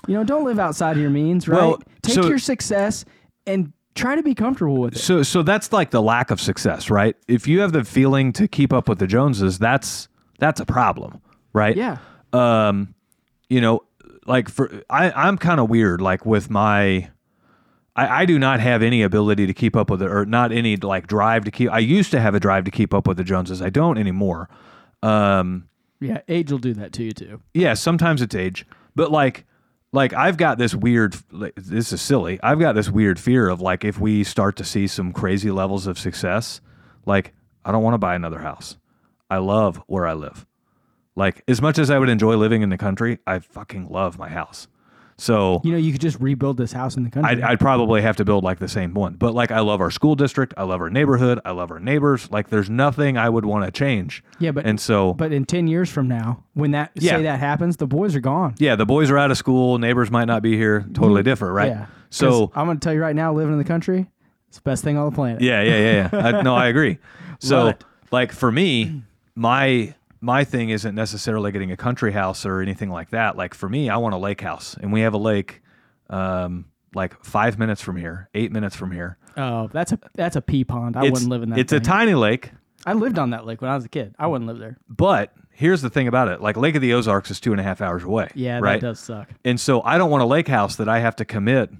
S2: You know, don't live outside of your means, right?
S1: Well,
S2: Take
S1: so-
S2: your success and try to be comfortable with it.
S1: so so that's like the lack of success, right? If you have the feeling to keep up with the Joneses, that's that's a problem, right?
S2: Yeah.
S1: um you know like for i i'm kind of weird like with my I, I do not have any ability to keep up with it or not any like drive to keep i used to have a drive to keep up with the joneses i don't anymore um
S2: Yeah, age will do that to you too.
S1: yeah sometimes it's age but like like i've got this weird like, this is silly i've got this weird fear of like if we start to see some crazy levels of success like i don't want to buy another house i love where i live like as much as i would enjoy living in the country i fucking love my house so
S2: You know, you could just rebuild this house in the country.
S1: I'd, I'd probably have to build like the same one. But like, I love our school district. I love our neighborhood. I love our neighbors. Like, there's nothing I would want to change.
S2: Yeah, but-
S1: and so,
S2: but in ten years from now, when that
S1: Yeah.
S2: say that happens, the boys are gone.
S1: yeah, the boys are out of school. Neighbors might not be here. Totally different, right?
S2: Yeah. 'Cause
S1: So,
S2: I'm gonna tell you right now, living in the country, it's the best thing on the planet.
S1: yeah, yeah, yeah, yeah. I, no, I agree. So,
S2: it.
S1: like for me, my my thing isn't necessarily getting a country house or anything like that. Like for me, I want a lake house, and we have a lake, um, like five minutes from here, eight minutes from here.
S2: Oh, that's a that's a pea pond. I
S1: It's-
S2: wouldn't live in that.
S1: It's a
S2: thing.
S1: tiny lake.
S2: I lived on that lake when I was a kid. I wouldn't live there.
S1: But here's the thing about it: like Lake of the Ozarks is two and a half hours away.
S2: Yeah,
S1: right.
S2: that does suck.
S1: And so I don't want a lake house that I have to commit,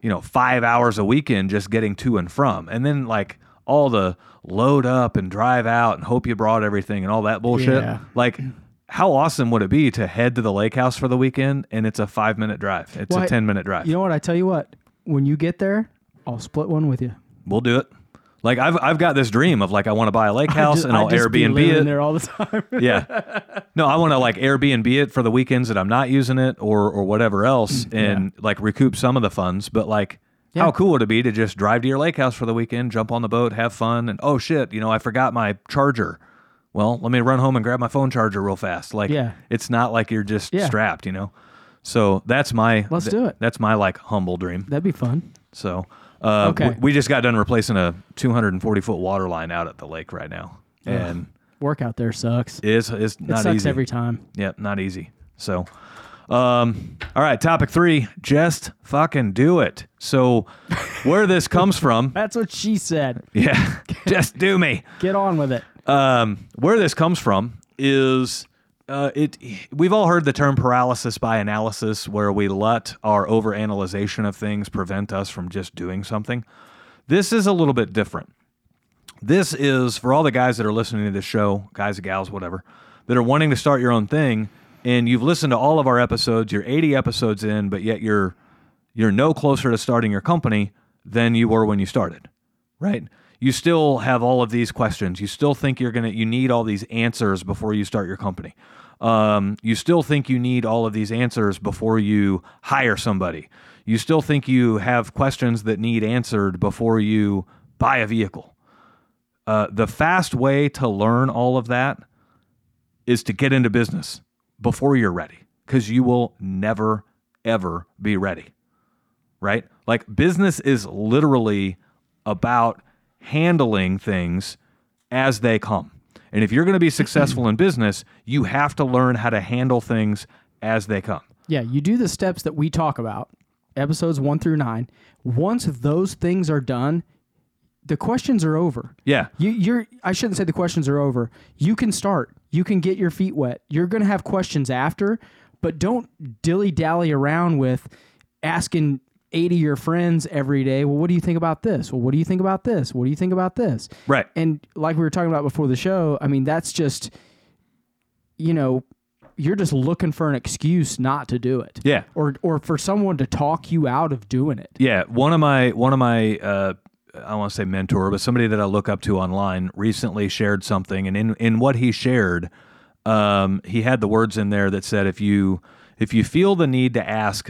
S1: you know, five hours a weekend just getting to and from, and then like all the load up and drive out and hope you brought everything and all that bullshit.
S2: Yeah.
S1: Like, how awesome would it be to head to the lake house for the weekend and it's a five minute drive? It's
S2: Well,
S1: a
S2: I-
S1: ten minute drive.
S2: You know what? I tell you what. When you get there, I'll split one with you.
S1: we'll do it. Like I've I've got this dream of like I want to buy a lake house
S2: Just-
S1: and I'll
S2: I'd just be
S1: Airbnb
S2: living
S1: it.
S2: there all the time.
S1: yeah. No, I want to like Airbnb it for the weekends that I'm not using it or or whatever else and like recoup some of the funds, but like how
S2: Mm, Yeah.
S1: cool would it be to just drive to your lake house for the weekend, jump on the boat, have fun and oh shit, you know, I forgot my charger. Well, let me run home and grab my phone charger real fast. Like
S2: Yeah.
S1: it's not like you're just
S2: Yeah.
S1: strapped, you know. So that's my
S2: Let's do it.
S1: That's my like humble dream.
S2: That'd be fun.
S1: So uh,
S2: Okay.
S1: we, we just got done replacing a 240 foot water line out at the lake right now, and
S2: Work out there sucks. It,
S1: it's it's not
S2: sucks
S1: easy.
S2: every time.
S1: Yep, not easy. So, um, all right, topic three, just fucking do it. So, where this comes from,
S2: That's what she said.
S1: yeah, just do me.
S2: Get on with it.
S1: Um, where this comes from is uh, it. We've all heard the term paralysis by analysis, where we let our overanalyzation of things prevent us from just doing something. This is a little bit different. This is for all the guys that are listening to this show, guys and gals, whatever, that are wanting to start your own thing, and you've listened to all of our episodes. You're 80 episodes in, but yet you're you're no closer to starting your company than you were when you started, right? You still have all of these questions. You still think you're gonna you need all these answers before you start your company. Um, you still think you need all of these answers before you hire somebody. You still think you have questions that need answered before you buy a vehicle. Uh, the fast way to learn all of that is to get into business before you're ready because you will never, ever be ready. Right? Like, business is literally about handling things as they come. And if you're going to be successful in business, you have to learn how to handle things as they come.
S2: Yeah, you do the steps that we talk about, episodes one through nine. Once those things are done, the questions are over.
S1: Yeah.
S2: You, you're. I shouldn't say the questions are over. You can start. You can get your feet wet. You're going to have questions after, but don't dilly dally around with asking 80 of your friends every day. Well, what do you think about this? Well, what do you think about this? What do you think about this?
S1: Right.
S2: And like we were talking about before the show, I mean, that's just, you know, you're just looking for an excuse not to do it.
S1: Yeah.
S2: Or, or for someone to talk you out of doing it.
S1: Yeah, one of my one of my uh, I don't want to say mentor, but somebody that I look up to online recently shared something, and in in what he shared, um, he had the words in there that said if you if you feel the need to ask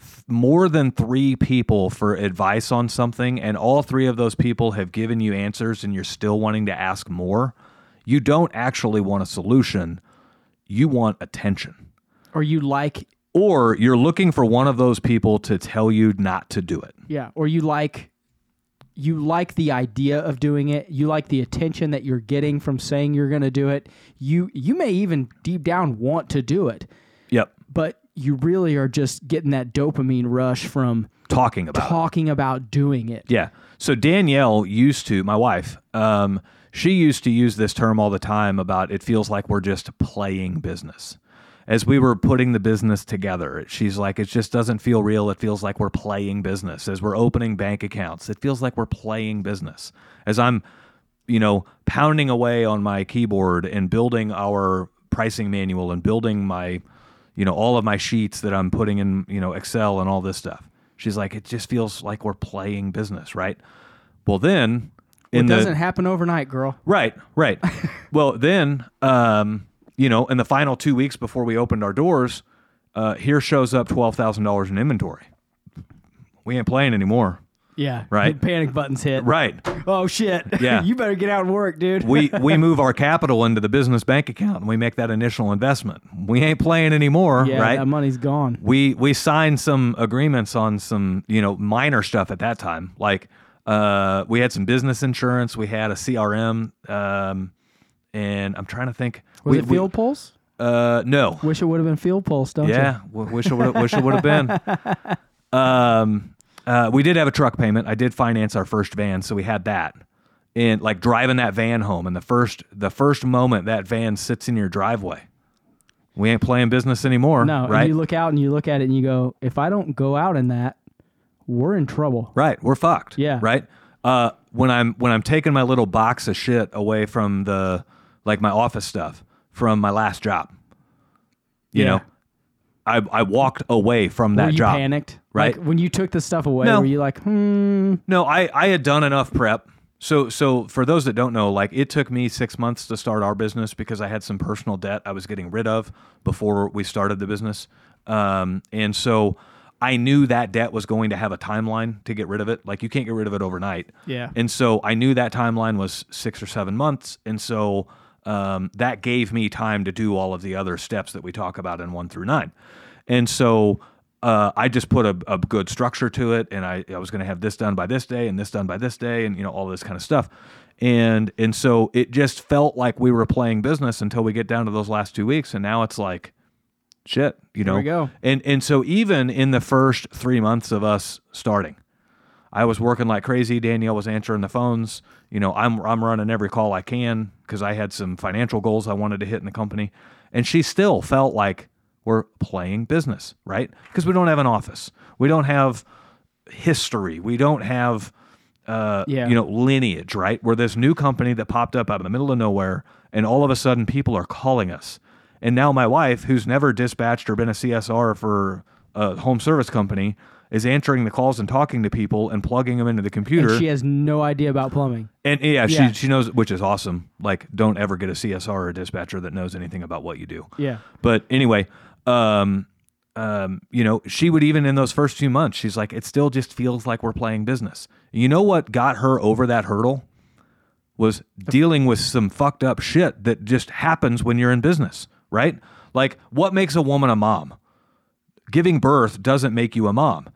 S1: th- more than three people for advice on something, and all three of those people have given you answers, and you're still wanting to ask more, you don't actually want a solution. You want attention
S2: Or you like,
S1: or you're looking for one of those people to tell you not to do it.
S2: yeah, or you like, you like the idea of doing it. You like the attention that you're getting from saying you're going to do it. You, you may even deep down want to do it,
S1: Yep.
S2: but you really are just getting that dopamine rush from
S1: Talking about. it.
S2: talking about doing it.
S1: Yeah. So Danielle used to, my wife, um, she used to use this term all the time about it feels like we're just playing business. As we were putting the business together, she's like, it just doesn't feel real. It feels like we're playing business. As we're opening bank accounts, it feels like we're playing business. As I'm, you know, pounding away on my keyboard and building our pricing manual and building my, you know, all of my sheets that I'm putting in, you know, Excel and all this stuff. She's like, it just feels like we're playing business, right? Well, then in
S2: It
S1: the
S2: doesn't happen overnight, girl.
S1: Right, right. well, then, um, you know, in the final two weeks before we opened our doors, uh, here shows up twelve thousand dollars in inventory. We ain't playing anymore.
S2: Yeah.
S1: Right.
S2: The panic buttons hit.
S1: Right.
S2: Oh shit.
S1: Yeah.
S2: you better get out and work, dude.
S1: We we move our capital into the business bank account and we make that initial investment. We ain't playing anymore.
S2: yeah,
S1: right.
S2: that money's gone.
S1: we we signed some agreements on some you know minor stuff at that time like uh, we had some business insurance we had a crm um, and i'm trying to think
S2: Was
S1: we,
S2: it field pulse?
S1: we, uh, no
S2: Wish it would have been field pulse, don't you?
S1: yeah w- wish it would wish it would have been um, uh, we did have a truck payment i did finance our first van so we had that and like driving that van home and the first the first moment that van sits in your driveway we ain't playing business anymore
S2: No.
S1: right
S2: And you look out and you look at it and you go, if I don't go out in that, we're in trouble.
S1: Right. We're fucked.
S2: Yeah.
S1: Right. Uh, when I'm when I'm taking my little box of shit away from the like my office stuff from my last job, you
S2: Yeah.
S1: know, I I walked away from
S2: Were
S1: that
S2: you
S1: job.
S2: panicked?
S1: Right.
S2: Like, when you took the stuff away,
S1: No.
S2: were you like, hmm?
S1: No, I I had done enough prep. So so for those that don't know, like it took me six months to start our business because I had some personal debt I was getting rid of before we started the business, um, and so I knew that debt was going to have a timeline to get rid of it. Like you can't get rid of it overnight.
S2: Yeah.
S1: And so I knew that timeline was six or seven months, and so um, that gave me time to do all of the other steps that we talk about in one through nine, and so uh, I just put a, a good structure to it, and I, I was going to have this done by this day, and this done by this day, and you know all this kind of stuff, and and so it just felt like we were playing business until we get down to those last two weeks, and now it's like, shit, you know,
S2: we go.
S1: and and so even in the first three months of us starting, I was working like crazy. Danielle was answering the phones. You know, I'm I'm running every call I can because I had some financial goals I wanted to hit in the company, and she still felt like we're playing business, right? Because we don't have an office, we don't have history, we don't have, uh,
S2: Yeah.
S1: you know, lineage, right? We're this new company that popped up out of the middle of nowhere, and all of a sudden people are calling us. And now my wife, who's never dispatched or been a CSR for a home service company, is answering the calls and talking to people and plugging them into the computer.
S2: And she has no idea about plumbing.
S1: And yeah,
S2: Yeah.
S1: she she knows, which is awesome. Like, don't ever get a CSR or a dispatcher that knows anything about what you do.
S2: Yeah.
S1: But anyway, um, um, you know, she would even in those first few months, she's like, it still just feels like we're playing business. You know what got her over that hurdle was dealing with some fucked up shit that just happens when you're in business, right? Like, what makes a woman a mom? Giving birth doesn't make you a mom.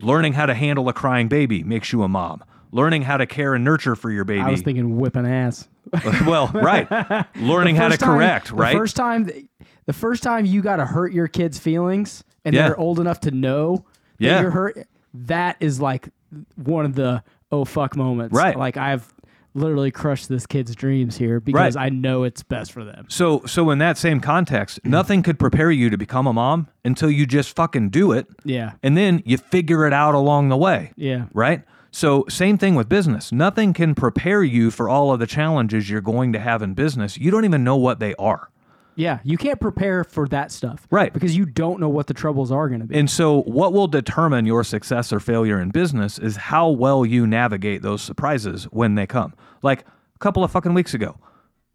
S1: Learning how to handle a crying baby makes you a mom. Learning how to care and nurture for your baby.
S2: I was thinking whipping ass.
S1: well, right. Learning how to
S2: first time-
S1: correct,
S2: the
S1: right?
S2: first time, th- the first time you got to hurt your kid's feelings, and
S1: Yeah.
S2: they're old enough to know that
S1: Yeah.
S2: you're hurt. That is like one of the oh fuck moments.
S1: Right.
S2: Like I've literally crush this kid's dreams here because
S1: Right.
S2: I know it's best for them.
S1: So, so in that same context, nothing could prepare you to become a mom until you just fucking do it,
S2: Yeah.
S1: and then you figure it out along the way.
S2: Yeah.
S1: Right. So, same thing with business. Nothing can prepare you for all of the challenges you're going to have in business. You don't even know what they are.
S2: Yeah. You can't prepare for that stuff.
S1: Right.
S2: Because you don't know what the troubles are going to be.
S1: And so, what will determine your success or failure in business is how well you navigate those surprises when they come. Like a couple of fucking weeks ago,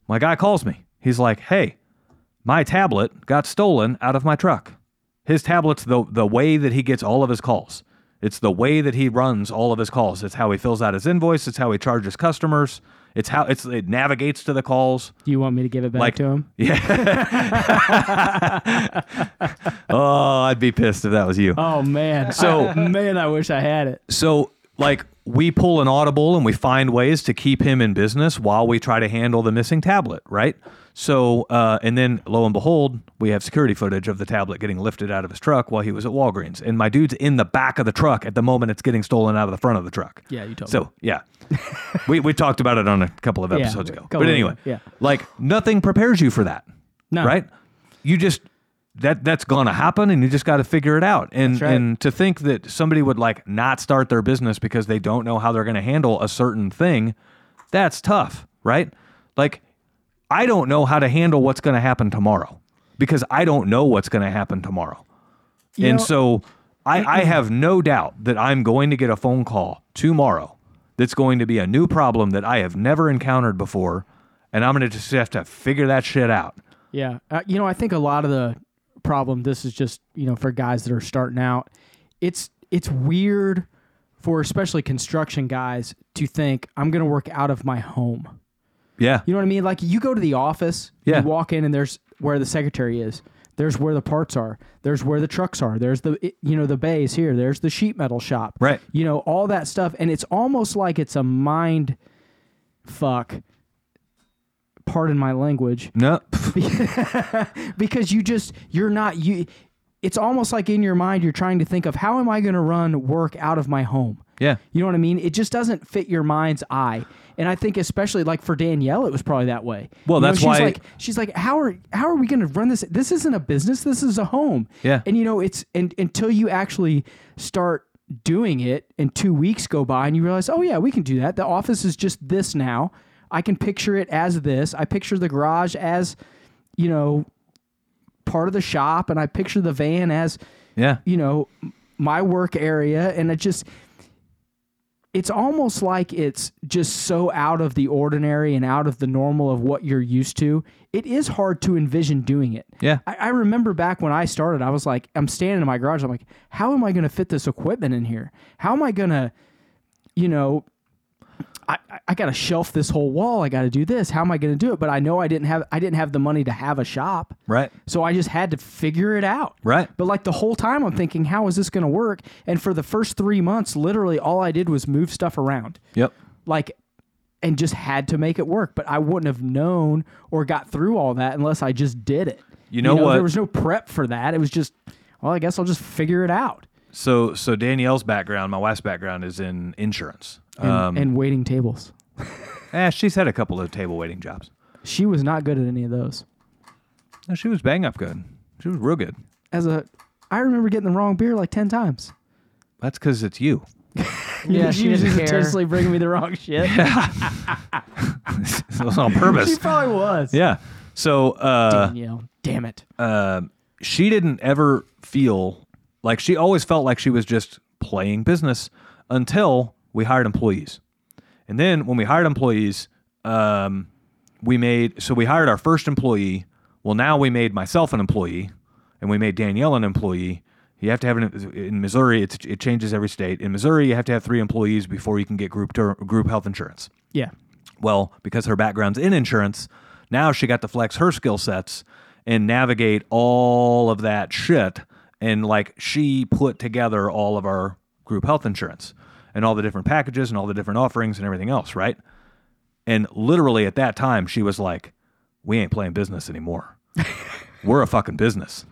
S1: my guy calls me. He's like, hey, my tablet got stolen out of my truck. His tablet's the, the way that he gets all of his calls. It's the way that he runs all of his calls. It's how he fills out his invoice. It's how he charges customers. It's how it's it navigates to the calls.
S2: Do you want me to give it back
S1: like-
S2: to him?
S1: Oh, I'd be pissed if that was you.
S2: Oh man.
S1: So-
S2: man, I wish I had it.
S1: So, like, we pull an audible and we find ways to keep him in business while we try to handle the missing tablet, right? So, uh, and then lo and behold, we have security footage of the tablet getting lifted out of his truck while he was at Walgreens. And my dude's in the back of the truck at the moment it's getting stolen out of the front of the truck.
S2: Yeah, you told me.
S1: So, yeah. we, we talked about it on a couple of
S2: Yeah,
S1: episodes
S2: a
S1: ago.
S2: couple
S1: But
S2: of-
S1: anyway,
S2: yeah.
S1: like, nothing prepares you for that
S2: No.
S1: right? You just that that's gonna happen, and you just got to figure it out. And
S2: right.
S1: and to think that somebody would like not start their business because they don't know how they're gonna handle a certain thing, that's tough, right? Like I don't know how to handle what's gonna happen tomorrow because I don't know what's gonna happen tomorrow,
S2: You
S1: and
S2: know-
S1: so. I, I have no doubt that I'm going to get a phone call tomorrow that's going to be a new problem that I have never encountered before. And I'm going to just have to figure that shit out.
S2: Yeah. Uh, you know, I think a lot of the problem this is just, you know, for guys that are starting out, it's it's weird for especially construction guys to think I'm going to work out of my home.
S1: Yeah.
S2: You know what I mean? Like you go to the office,
S1: Yeah.
S2: you walk in and there's where the secretary is. There's where the parts are. There's where the trucks are. There's the it- you know the bays here. There's the sheet metal shop.
S1: Right.
S2: You know all that stuff and it's almost like it's a mind fuck pardon my language
S1: No.
S2: because you just you're not you it's almost like in your mind you're trying to think of how am i going to run work out of my home
S1: Yeah.
S2: you know what i mean it just doesn't fit your mind's eye and i think especially like for danielle it was probably that way
S1: Well,
S2: You know,
S1: that's
S2: she's
S1: why-
S2: like she's like how are how are we going to run this this isn't a business this is a home
S1: Yeah.
S2: and you know it's and until you actually start doing it and two weeks go by and you realize oh yeah we can do that the office is just this now i can picture it as this i picture the garage as you know part of the shop and I picture the van as,
S1: Yeah.
S2: you know, m- my work area and it just it's almost like it's just so out of the ordinary and out of the normal of what you're used to. It is hard to envision doing it.
S1: Yeah.
S2: I, I remember back when I started, I was like, I'm standing in my garage. I'm like, how am I going to fit this equipment in here? How am I going to, you know, I, I- I got to shelf this whole wall. I got to do this. How am I going to do it? But I know I didn't have, I didn't have the money to have a shop.
S1: Right.
S2: So I just had to figure it out.
S1: Right.
S2: But like the whole time I'm thinking, how is this going to work? And for the first three months, literally all I did was move stuff around
S1: Yep.
S2: like and just had to make it work but i wouldn't have known or got through all that unless i just did it
S1: You know what?
S2: there was no prep for that it was just well i guess i'll just figure it out
S1: So so Danielle's background, my wife's background is in insurance.
S2: and,
S1: Um,
S2: and waiting tables
S1: eh, she's had a couple of table waiting jobs.
S2: she was not good at any of those
S1: No, she was bang up good. She was real good.
S2: as a i remember getting the wrong beer like 10 times
S1: That's because it's you.
S3: Yeah, she
S2: was
S3: didn't
S2: just
S3: care.
S2: intentionally bringing me the wrong shit
S1: it was on
S2: she
S1: purpose.
S2: probably was
S1: Yeah. So uh,
S2: Danielle, damn it
S1: uh, she didn't ever feel like she always felt like she was just playing business until we hired employees. And then when we hired employees, um, we made so we hired our first employee. Well, now we made myself an employee, and we made Danielle an employee. You have to have an, in Missouri. It's, it changes every state. In Missouri, you have to have three employees before you can get group ter- group health insurance.
S2: yeah
S1: Well, because her background's in insurance, now she got to flex her skill sets and navigate all of that shit. And like she put together all of our group health insurance and all the different packages and all the different offerings and everything else, right? And literally at that time, she was like, we ain't playing business anymore. We're a fucking business.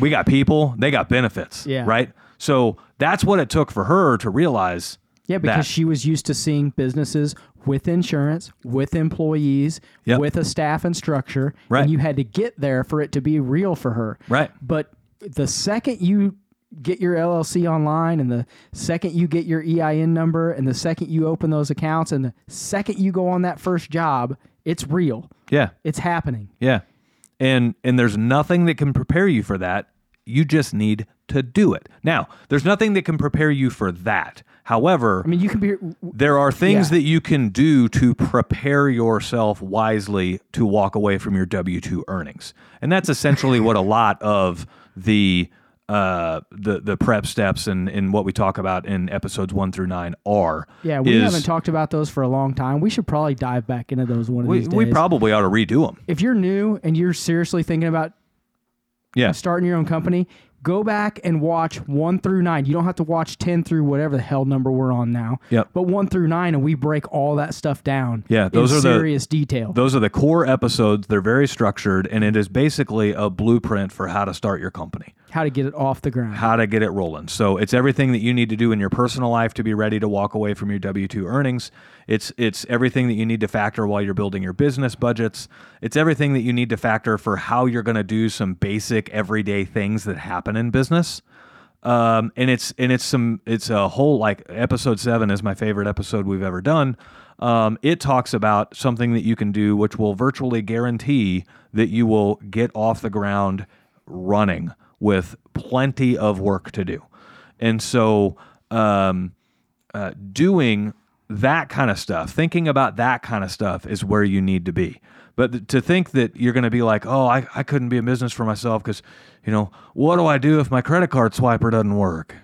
S1: we got people, they got benefits,
S2: Yeah.
S1: right? So that's what it took for her to realize
S2: yeah
S1: that.
S2: because she was used to seeing businesses with insurance, with employees,
S1: Yep.
S2: with a staff and structure,
S1: Right.
S2: and you had to get there for it to be real for her.
S1: Right.
S2: But the second you get your LLC online and the second you get your EIN number and the second you open those accounts and the second you go on that first job, it's real.
S1: Yeah.
S2: It's happening.
S1: Yeah. And and there's nothing that can prepare you for that. You just need to do it. Now, there's nothing that can prepare you for that. However,
S2: I mean, you can be
S1: there are things
S2: Yeah.
S1: that you can do to prepare yourself wisely to walk away from your W two earnings, and that's essentially what a lot of the uh, the the prep steps and and what we talk about in episodes one through nine are.
S2: Yeah, we
S1: is-
S2: haven't talked about those for a long time. We should probably dive back into those one of
S1: We,
S2: these days.
S1: we probably ought to redo them.
S2: if you're new and you're seriously thinking about
S1: Yeah,
S2: starting your own company, go back and watch one through nine. You don't have to watch 10 through whatever the hell number we're on now.
S1: Yep.
S2: But one through nine, and we break all that stuff down.
S1: Yeah, those
S2: in
S1: are the-
S2: serious detail.
S1: those are the core episodes. They're very structured, and it is basically a blueprint for how to start your company.
S2: how to get it off the ground.
S1: how to get it rolling. So it's everything that you need to do in your personal life to be ready to walk away from your W two earnings. It's it's everything that you need to factor while you're building your business budgets. It's everything that you need to factor for how you're going to do some basic everyday things that happen in business. Um, and it's and it's some it's a whole like episode seven is my favorite episode we've ever done. Um, it talks about something that you can do, which will virtually guarantee that you will get off the ground running with plenty of work to do. And so, um, uh, doing that kind of stuff, thinking about that kind of stuff is where you need to be. But th- to think that you're going to be like, oh, I, I couldn't be in business for myself because, you know, what do I do if my credit card swiper doesn't work?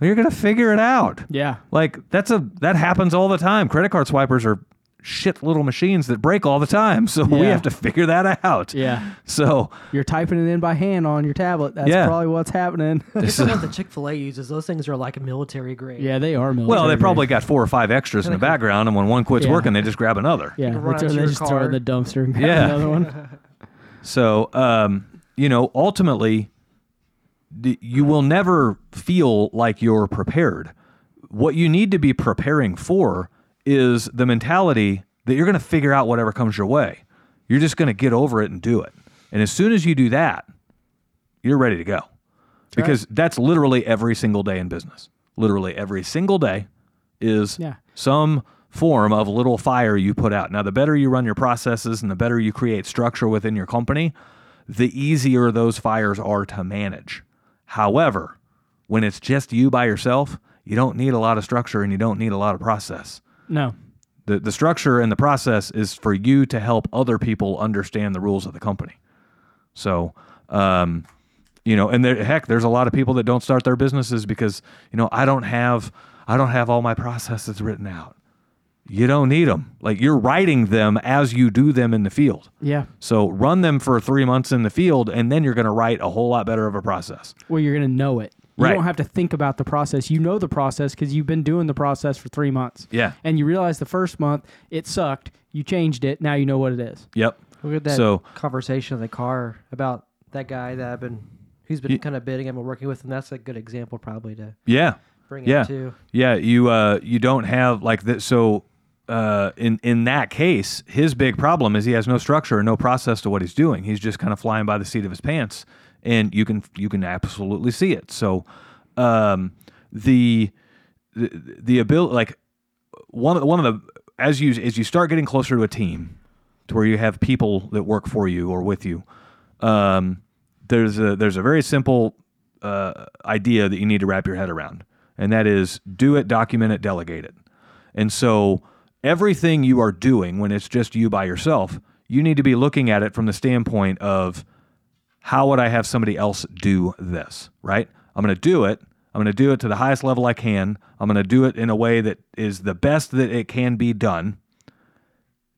S1: Well, you're going to figure it out.
S2: yeah.
S1: Like that's a that happens all the time. Credit card swipers are shit little machines that break all the time. So we
S2: Yeah.
S1: have to figure that out.
S2: Yeah.
S1: So
S2: You're typing it in by hand on your tablet. That's
S1: Yeah.
S2: probably what's happening.
S3: It's the one that Chick Fil A uses. Those things are like military grade.
S2: yeah, they are military.
S1: Well, they
S2: grade.
S1: probably got four or five extras in the background, and when one quits
S2: Yeah.
S1: working, they just grab another.
S2: Yeah,
S3: can run
S2: they,
S3: out to
S2: they
S3: your
S2: just throw it in
S3: car.
S2: the dumpster and grab
S1: Yeah.
S2: another one.
S1: So, um, you know, ultimately, d- you will never feel like you're prepared. What you need to be preparing for is the mentality that you're going to figure out whatever comes your way. You're just going to get over it and do it. And as soon as you do that, you're ready to go. Because that's literally every single day in business. Literally every single day is
S2: Yeah.
S1: some form of little fire you put out. Now, the better you run your processes and the better you create structure within your company, the easier those fires are to manage. However, when it's just you by yourself, you don't need a lot of structure and you don't need a lot of process.
S2: No.
S1: The, the structure and the process is for you to help other people understand the rules of the company. So, um, you know, and there, heck, there's a lot of people that don't start their businesses because you know I don't have I don't have all my processes written out. You don't need them. Like you're writing them as you do them in the field.
S2: Yeah.
S1: So run them for three months in the field, and then you're going to write a whole lot better of a process.
S2: Well, you're going to know it. You
S1: Right.
S2: don't have to think about the process. You know the process because you've been doing the process for three months.
S1: Yeah.
S2: And you realize the first month it sucked. You changed it. Now you know what it is.
S1: Yep.
S3: Look at that
S1: So-
S3: conversation in the car about that guy that I've been, who's been kind of bidding and working with, and that's a good example probably to
S1: Yeah.
S3: bring
S1: yeah.
S3: up too.
S1: Yeah, you uh, you don't have like that. So uh, in in that case, his big problem is he has no structure and no process to what he's doing. He's just kind of flying by the seat of his pants, and you can you can absolutely see it. So um, the the, the ability like one of the, one of the as you as you start getting closer to a team to where you have people that work for you or with you um, there's a there's a very simple uh, idea that you need to wrap your head around and that is do it document it delegate it and so everything you are doing when it's just you by yourself you need to be looking at it from the standpoint of how would I have somebody else do this? Right? I'm going to do it. I'm going to do it to the highest level I can. I'm going to do it in a way that is the best that it can be done.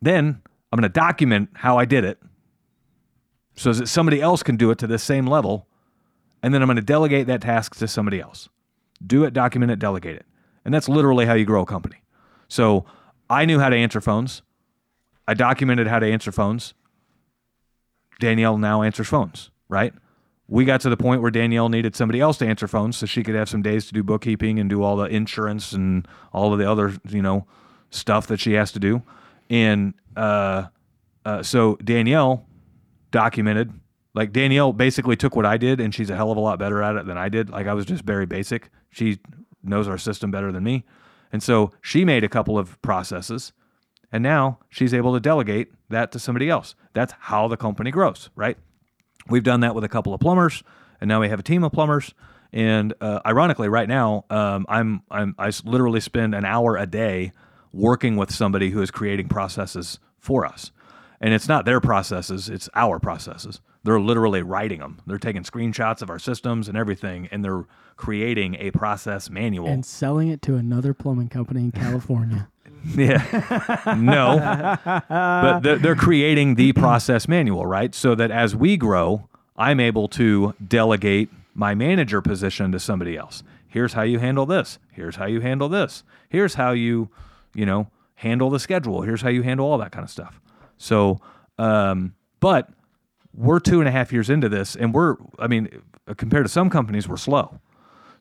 S1: Then I'm going to document how I did it so that somebody else can do it to the same level. And then I'm going to delegate that task to somebody else. Do it, document it, delegate it. And that's literally how you grow a company. So I knew how to answer phones. I documented how to answer phones. Danielle now answers phones, right? We got to the point where Danielle needed somebody else to answer phones so she could have some days to do bookkeeping and do all the insurance and all of the other, you know, stuff that she has to do. And uh, uh, so Danielle documented, like Danielle basically took what I did, and she's a hell of a lot better at it than I did. Like I was just very basic. She knows our system better than me, and so she made a couple of processes, and now she's able to delegate that to somebody else. That's how the company grows, right? We've done that with a couple of plumbers, and now we have a team of plumbers. And uh, ironically, right now, um, I'm, I'm I s- literally spend an hour a day working with somebody who is creating processes for us. And it's not their processes; it's our processes. They're literally writing them. They're taking screenshots of our systems and everything, and they're creating a process manual.
S2: and selling it to another plumbing company in California.
S1: Yeah. no. But they're, they're creating the process manual, right? So that as we grow, I'm able to delegate my manager position to somebody else. Here's how you handle this. Here's how you handle this. Here's how you, you know, handle the schedule. Here's how you handle all that kind of stuff. So, um, but we're two and a half years into this, and we're, I mean, compared to some companies, we're slow.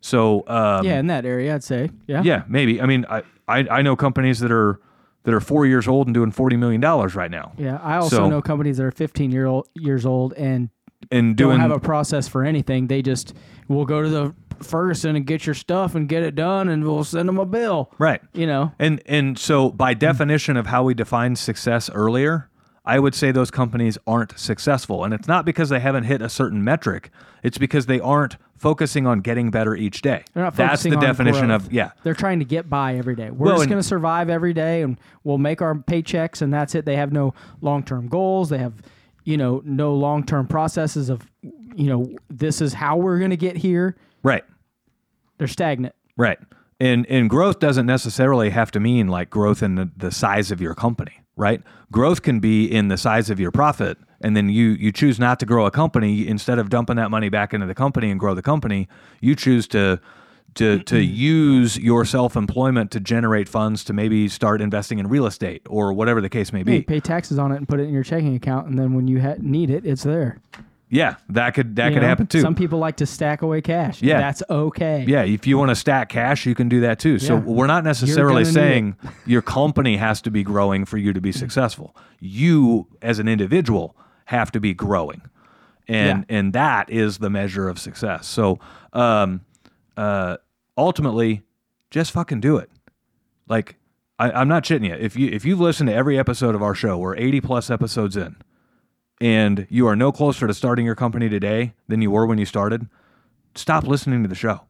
S1: So, um,
S2: yeah, in that area, I'd say. Yeah.
S1: yeah, maybe. I mean, I, I I know companies that are that are four years old and doing forty million dollars right now,
S2: Yeah, I also
S1: So-
S2: know companies that are 15 year old years old and
S1: and
S2: don't
S1: doing
S2: have a process for anything. They just will go to the Ferguson and get your stuff and get it done, and we'll send them a bill.
S1: right.
S2: You know,
S1: And and so by definition of how we defined success earlier, I would say those companies aren't successful, and it's not because they haven't hit a certain metric. It's because they aren't focusing on getting better each day.
S2: They're not
S1: That's
S2: focusing
S1: the
S2: on
S1: definition
S2: growth.
S1: of yeah.
S2: they're trying to get by every day. We're
S1: Well,
S2: just
S1: and-
S2: going to survive every day, and we'll make our paychecks, and that's it. They have no long term goals. They have, you know, no long term processes of, you know, this is how we're going to get here.
S1: Right.
S2: They're stagnant.
S1: Right. And and growth doesn't necessarily have to mean like growth in the, the size of your company, right? Growth can be in the size of your profit and then you you choose not to grow a company instead of dumping that money back into the company and grow the company, you choose to to, to use your self employment to generate funds to maybe start investing in real estate or whatever the case may
S2: You
S1: be.
S2: pay taxes on it and put it in your checking account, and then when you ha- need it, it's there.
S1: Yeah, that could that
S2: You
S1: could
S2: know,
S1: happen too.
S2: Some people like to stack away cash.
S1: Yeah.
S2: that's okay.
S1: Yeah, if you want to stack cash, you can do that too. So
S2: Yeah.
S1: we're not necessarily
S2: gonna need
S1: saying your company has to be growing for you to be successful. You as an individual have to be growing. And and that is the measure of success. So um uh ultimately just fucking do it. Like I, I'm not shitting you. If you if you've listened to every episode of our show, we're 80 plus episodes in, and you are no closer to starting your company today than you were when you started, stop listening to the show,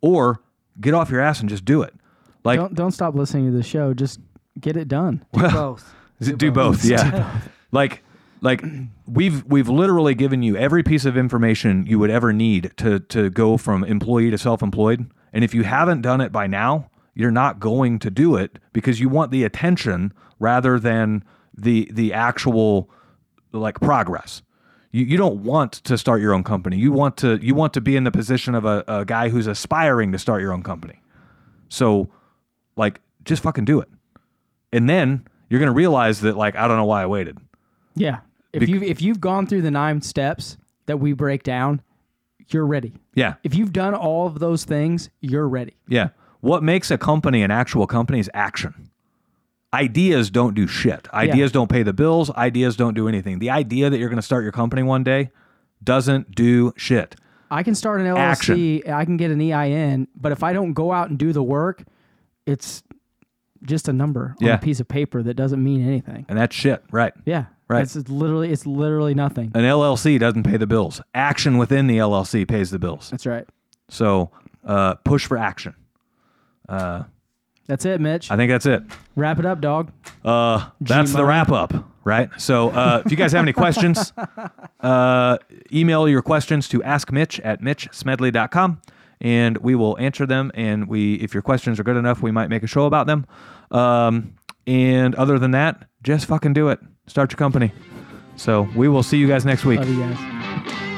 S1: or get off your ass and just do it. Like
S2: Don't don't stop listening to the show. Just get it done.
S3: Do both.
S1: do, both. Yeah. like like we've we've literally given you every piece of information you would ever need to to go from employee to self-employed. And if you haven't done it by now, you're not going to do it because you want the attention rather than the the actual like progress. You, you don't want to start your own company. You want to you want to be in the position of a, a guy who's aspiring to start your own company. So like just fucking do it and then you're gonna realize that like I don't know why I waited.
S2: Yeah. If you if you've gone through the nine steps that we break down, you're ready.
S1: Yeah,
S2: If you've done all of those things, you're ready.
S1: yeah. What makes a company an actual company is action. Ideas don't do shit. Ideas don't pay the bills. Ideas don't do anything. The idea that you're gonna start your company one day doesn't do shit.
S2: I can start an LLC, I can get an EIN, but if I don't go out and do the work, it's just a number on
S1: Yeah.
S2: a piece of paper that doesn't mean anything.
S1: And that's shit, right?
S2: Yeah.
S1: Right. Uh,
S2: It's it's literally it's literally nothing.
S1: An LLC doesn't pay the bills. Action within the LLC pays the bills.
S2: That's right.
S1: So uh, push for action.
S2: That's it, Mitch.
S1: I think that's it.
S2: Wrap it up, dog.
S1: Uh, that's the
S2: Gmail.
S1: wrap up, right? So uh, if you guys have any questions, uh, email your questions to askmitch at mitchsmedley.com and we will answer them. And we, if your questions are good enough, we might make a show about them. Um, and other than that, just fucking do it. Start your company. So we will see you guys next week.
S2: Love you guys.